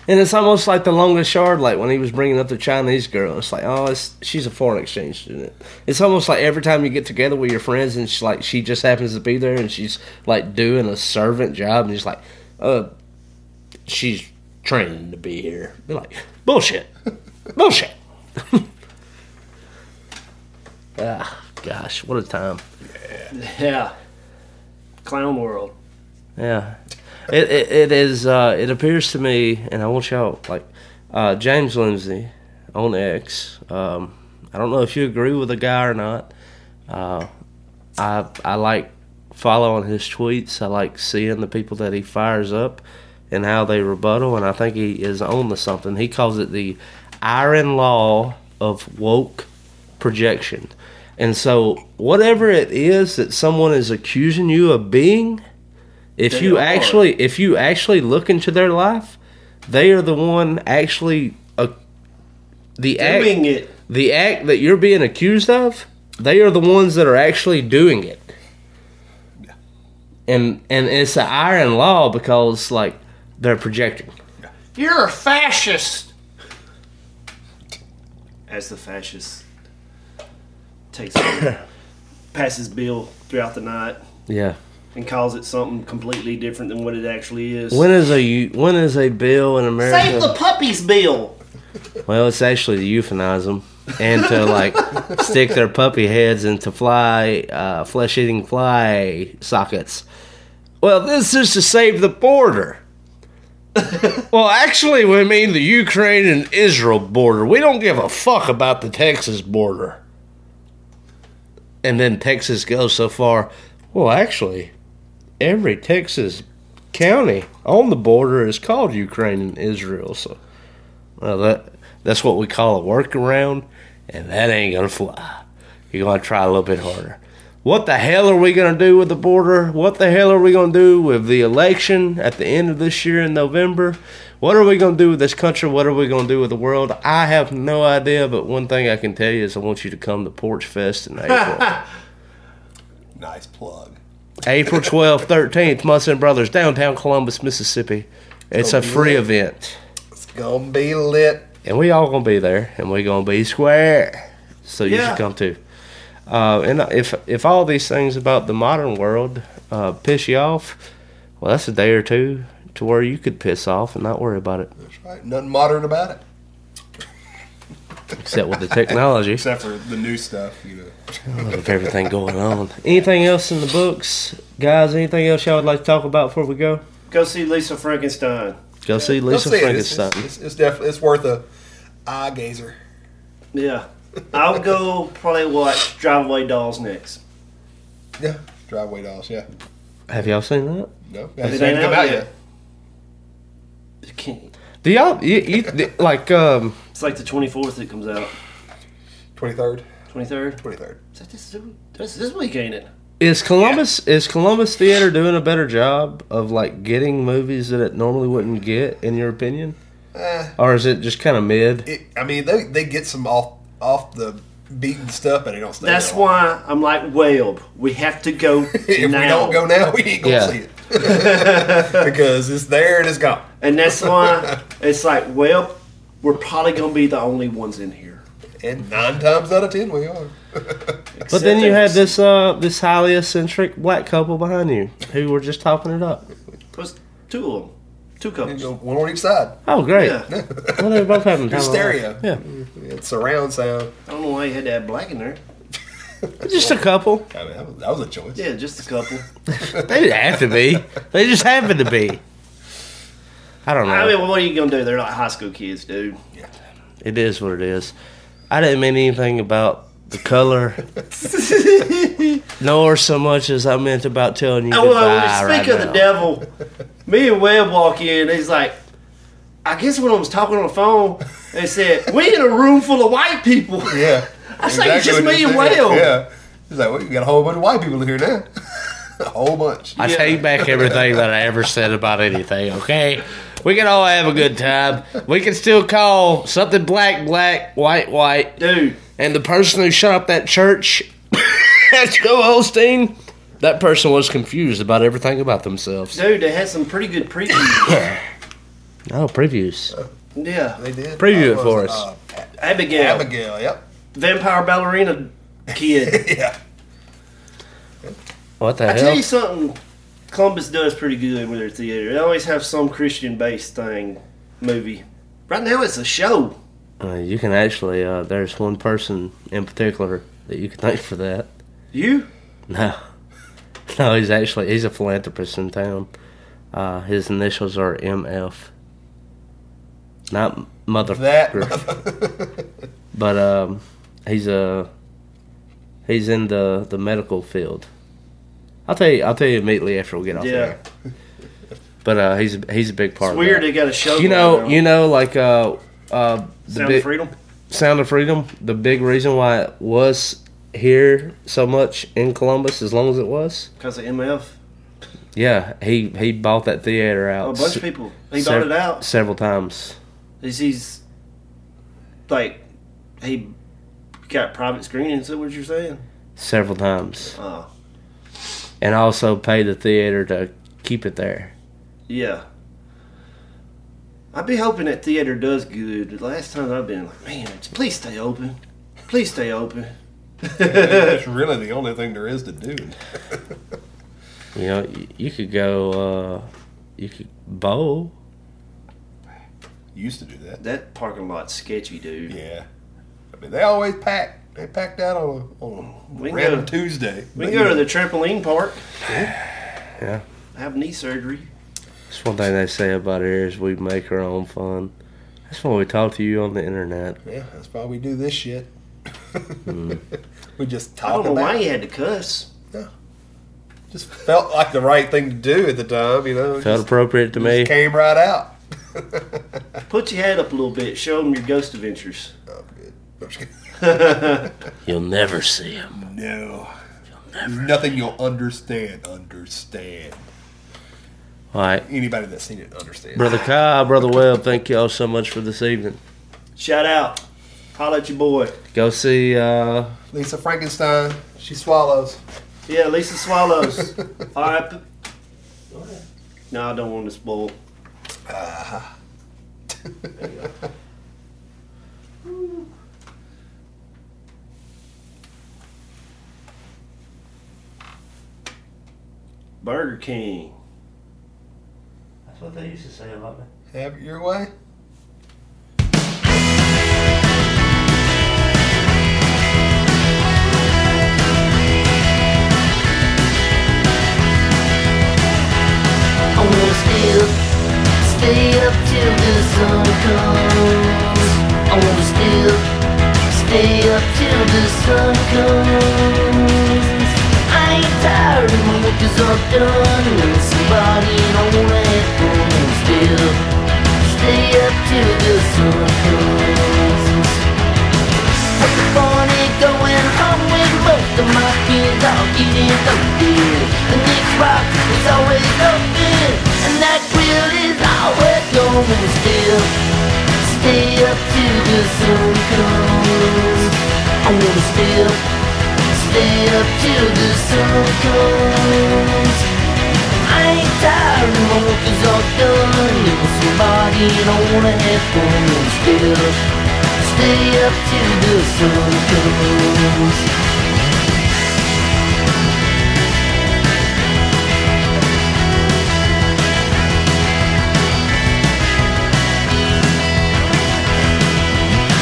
Speaker 5: And it's almost like the longest yard, like when he was bringing up the Chinese girl. It's like, oh, it's, she's a foreign exchange student. It's almost like every time you get together with your friends and she, like she just happens to be there and she's like doing a servant job and she's like, uh, she's trained to be here. Be like, bullshit, bullshit. ah, gosh, what a time.
Speaker 3: yeah. Clown world.
Speaker 5: Yeah, it, it it is. Uh, it appears to me, and I want y'all like uh, James Lindsay on X. Um, I don't know if you agree with the guy or not. Uh, I I like following his tweets. I like seeing the people that he fires up and how they rebuttal. And I think he is on to something. He calls it the iron law of woke projection. And so, whatever it is that someone is accusing you of being, if
Speaker 3: They
Speaker 5: you
Speaker 3: are.
Speaker 5: actually if you actually look into their life, they are the one actually uh, the act,
Speaker 3: Doing it.
Speaker 5: the act that you're being accused of, they are the ones that are actually doing it. And and it's an iron law because like they're projecting.
Speaker 3: You're a fascist. As the fascist takes over, passes bill throughout the night
Speaker 5: Yeah.
Speaker 3: and calls it something completely different than what it actually is.
Speaker 5: When is a eu- when is a bill in America?
Speaker 3: Save the puppies bill.
Speaker 5: Well, it's actually to euthanize them and to like stick their puppy heads into fly, uh, flesh eating fly sockets. Well, this is to save the border. well, actually, we mean the Ukraine and Israel border. We don't give a fuck about the Texas border. And then Texas goes so far. Well, actually, every Texas county on the border is called Ukraine and Israel. So. Well, that that's what we call a workaround, and that ain't gonna fly. You're gonna try a little bit harder. What the hell are we gonna do with the border? What the hell are we gonna do with the election at the end of this year in November? What are we gonna do with this country? What are we gonna do with the world? I have no idea, but one thing I can tell you is I want you to come to Porch Fest in April.
Speaker 1: nice plug.
Speaker 5: April 12th, 13th, Munson Brothers, downtown Columbus, Mississippi. It's a free event.
Speaker 1: It's gonna be lit.
Speaker 5: and we all gonna be there, and we gonna be square. So you
Speaker 3: Yeah.
Speaker 5: should come too. Uh, and if if all these things about the modern world uh, piss you off, well, that's a day or two to where you could piss off and not worry about it,
Speaker 1: That's right. Nothing modern about it.
Speaker 5: except with the technology
Speaker 1: Except for the new stuff, you know.
Speaker 5: of everything going on. Anything else in the books, guys? Anything else y'all would like to talk about before we go?
Speaker 3: Go see Lisa Frankenstein.
Speaker 5: Go see
Speaker 1: Let's
Speaker 5: Lisa
Speaker 1: see it. It's,
Speaker 5: Frankenstein.
Speaker 1: it's, it's, it's definitely it's worth a eye gazer.
Speaker 3: Yeah. I'll go probably watch Drive Away Dolls next.
Speaker 1: Yeah. Driveway dolls. Yeah.
Speaker 5: Have y'all seen that?
Speaker 1: No. That's
Speaker 3: ain't out
Speaker 1: about
Speaker 3: yet.
Speaker 1: yet.
Speaker 3: It can't-
Speaker 5: Do y'all you, you, like um?
Speaker 3: It's like the 24th it comes out.
Speaker 1: Twenty third.
Speaker 3: 23rd?
Speaker 1: Twenty third.
Speaker 3: Is that this, this, this week, ain't it?
Speaker 5: Is Columbus is Columbus Theater doing a better job of like getting movies that it normally wouldn't get, in your opinion? or is it just kind of mid?
Speaker 1: It, I mean, they they get some off off the beaten stuff, but they don't stay.
Speaker 3: That's
Speaker 1: there long.
Speaker 3: why I'm like, well, we have to go
Speaker 1: If
Speaker 3: now.
Speaker 1: we don't go now, we ain't gonna
Speaker 5: Yeah.
Speaker 1: see it because it's there and it's gone.
Speaker 3: And that's why it's like, well, we're probably going to be the only ones in here.
Speaker 1: And nine times out of ten, we are.
Speaker 5: But then you had this uh this highly eccentric black couple behind you who were just topping it up.
Speaker 3: was two of them. Two
Speaker 1: You
Speaker 3: couples.
Speaker 1: know, one on each side.
Speaker 5: Oh great!
Speaker 3: Yeah. I
Speaker 5: Well, they were both having time of
Speaker 1: stereo.
Speaker 5: their life.
Speaker 1: It's surround sound.
Speaker 3: don't know why you had to have black in there.
Speaker 5: Yeah, just a couple.
Speaker 1: I mean, that was, that was a choice.
Speaker 3: Yeah, just a couple.
Speaker 5: They didn't have to be. They just happened to be. I don't know.
Speaker 3: I mean, what are you going to do? They're like high school kids, dude.
Speaker 5: it is what it is. I didn't mean anything about the color, nor so much as I meant about telling you
Speaker 3: Oh,
Speaker 5: goodbye.
Speaker 3: well, speak
Speaker 5: right
Speaker 3: of
Speaker 5: now.
Speaker 3: the devil, me and Webb walk in. He's like, I guess when I was talking on the phone, they said we in a room full of white people.
Speaker 1: Yeah.
Speaker 3: I say it's just
Speaker 1: what
Speaker 3: me
Speaker 1: you
Speaker 3: and
Speaker 1: said.
Speaker 3: Will.
Speaker 1: Yeah. He's like, well, you got a whole bunch of white people in here now. a whole bunch.
Speaker 5: I take back everything that I ever said about anything, okay? We can all have a good time. We can still call something black, black, white, white.
Speaker 3: Dude,
Speaker 5: And the person who shut up that church, Joe Holstein, that person was confused about everything about themselves.
Speaker 3: dude, they had some pretty good previews.
Speaker 5: Oh, previews.
Speaker 3: yeah.
Speaker 1: They did.
Speaker 5: Preview
Speaker 1: Uh,
Speaker 5: it
Speaker 1: was,
Speaker 5: for us.
Speaker 1: uh,
Speaker 3: Abigail,
Speaker 1: Abigail, yep.
Speaker 3: vampire ballerina kid.
Speaker 1: Yeah.
Speaker 5: What the
Speaker 3: I tell
Speaker 5: hell?
Speaker 3: you something, Columbus does pretty good with their theater. They always have some Christian based thing, movie. Right now it's a show.
Speaker 5: Uh, you can actually, uh, there's one person in particular that you can thank for that.
Speaker 3: You?
Speaker 5: No. No, he's actually, he's a philanthropist in town. Uh, his initials are MF. Not mother.
Speaker 1: That.
Speaker 5: But um, he's a he's in the, the medical field. I'll tell you. I'll tell you immediately after we get off.
Speaker 3: Yeah.
Speaker 5: Yeah. But uh, he's he's a big part.
Speaker 3: It's
Speaker 5: of
Speaker 3: weird
Speaker 5: that.
Speaker 3: they got a show.
Speaker 5: You know.
Speaker 3: going
Speaker 5: You
Speaker 3: on.
Speaker 5: know. Like uh, uh, the
Speaker 3: Sound
Speaker 5: big-
Speaker 3: of Freedom.
Speaker 5: Sound of Freedom. The big reason why it was here so much in Columbus, as long as it was.
Speaker 3: Because of MF.
Speaker 5: Yeah. He he bought that theater out.
Speaker 3: A bunch
Speaker 5: se-
Speaker 3: of people. He
Speaker 5: sev-
Speaker 3: bought it out.
Speaker 5: several times.
Speaker 3: He's, he's like he got private screenings. Is that what you're saying?
Speaker 5: Several times,
Speaker 3: Oh,
Speaker 5: and also paid the theater to keep it there.
Speaker 3: yeah. I'd be hoping that theater does good. The last time I've been like, man, it's- please stay open. Please stay open.
Speaker 1: That's really the only thing there is to do.
Speaker 5: You know, y- you could go. uh You could bowl.
Speaker 1: Used to do that.
Speaker 3: That parking lot's sketchy, dude.
Speaker 1: Yeah. I mean, they always pack. They packed out on a, on a
Speaker 3: We can
Speaker 1: random
Speaker 3: go-
Speaker 1: Tuesday.
Speaker 3: We can go to the trampoline park.
Speaker 5: Yeah.
Speaker 3: Have knee surgery.
Speaker 5: That's one thing they say about here is we make our own fun. That's why we talk to you on the internet.
Speaker 1: Yeah, that's why we do this shit.
Speaker 5: Hmm.
Speaker 1: we just
Speaker 3: I don't
Speaker 1: talk
Speaker 3: know
Speaker 1: about
Speaker 3: why
Speaker 1: it.
Speaker 3: you had to cuss.
Speaker 1: Just felt like the right thing to do at the time, you know. it
Speaker 5: Felt
Speaker 1: just,
Speaker 5: appropriate to me.
Speaker 1: just came right out.
Speaker 3: Put your head up a little bit. Show them your ghost adventures.
Speaker 1: Oh, good. I'm just kidding.
Speaker 5: You'll never see him.
Speaker 1: No. Nothing you'll understand. Understand.
Speaker 5: All right,
Speaker 1: Anybody that's seen it understands.
Speaker 5: brother Kyle, brother Webb. Thank y'all so much for this evening.
Speaker 3: Shout out. Holla at your boy.
Speaker 5: Go see. uh
Speaker 1: Lisa Frankenstein, she swallows.
Speaker 3: Yeah, Lisa Swallows. All right. p- No, I don't want to spoil. Burger King.
Speaker 5: That's what they used to say about me.
Speaker 1: Have it your way.
Speaker 6: I wanna stay up, stay up till the sun comes. I wanna stay up, stay up till the sun comes. I ain't tired and my work is all done. And somebody and I wanna have fun and stay up, stay up till the sun comes. Wake up morning, going home with both of my kids all getting loaded. The next rock is always open, and that grill is always going still. Stay up till the sun comes. I wanna stay up, stay up till the sun comes. I ain't tired, and my work is all done. It was somebody, and I wanna have fun and still. Stay up till the sun comes.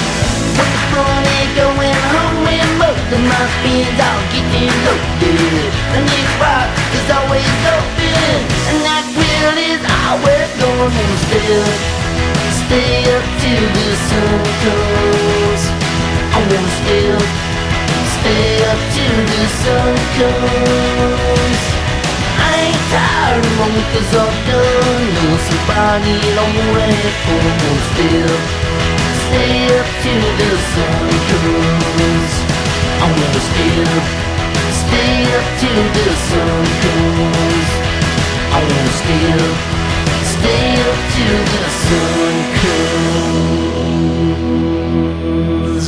Speaker 6: Money going home with both of my friends all getting loaded. The next rock is always open, and that grill is always going still. Stay up till the sun comes. I wanna stay up, stay up till the sun comes. I ain't tired, my week is all done. No somebody, no more headphones. Stay up, stay up till the sun comes. I wanna stay up, till the sun comes. I wanna stay up, stay up till the sun comes.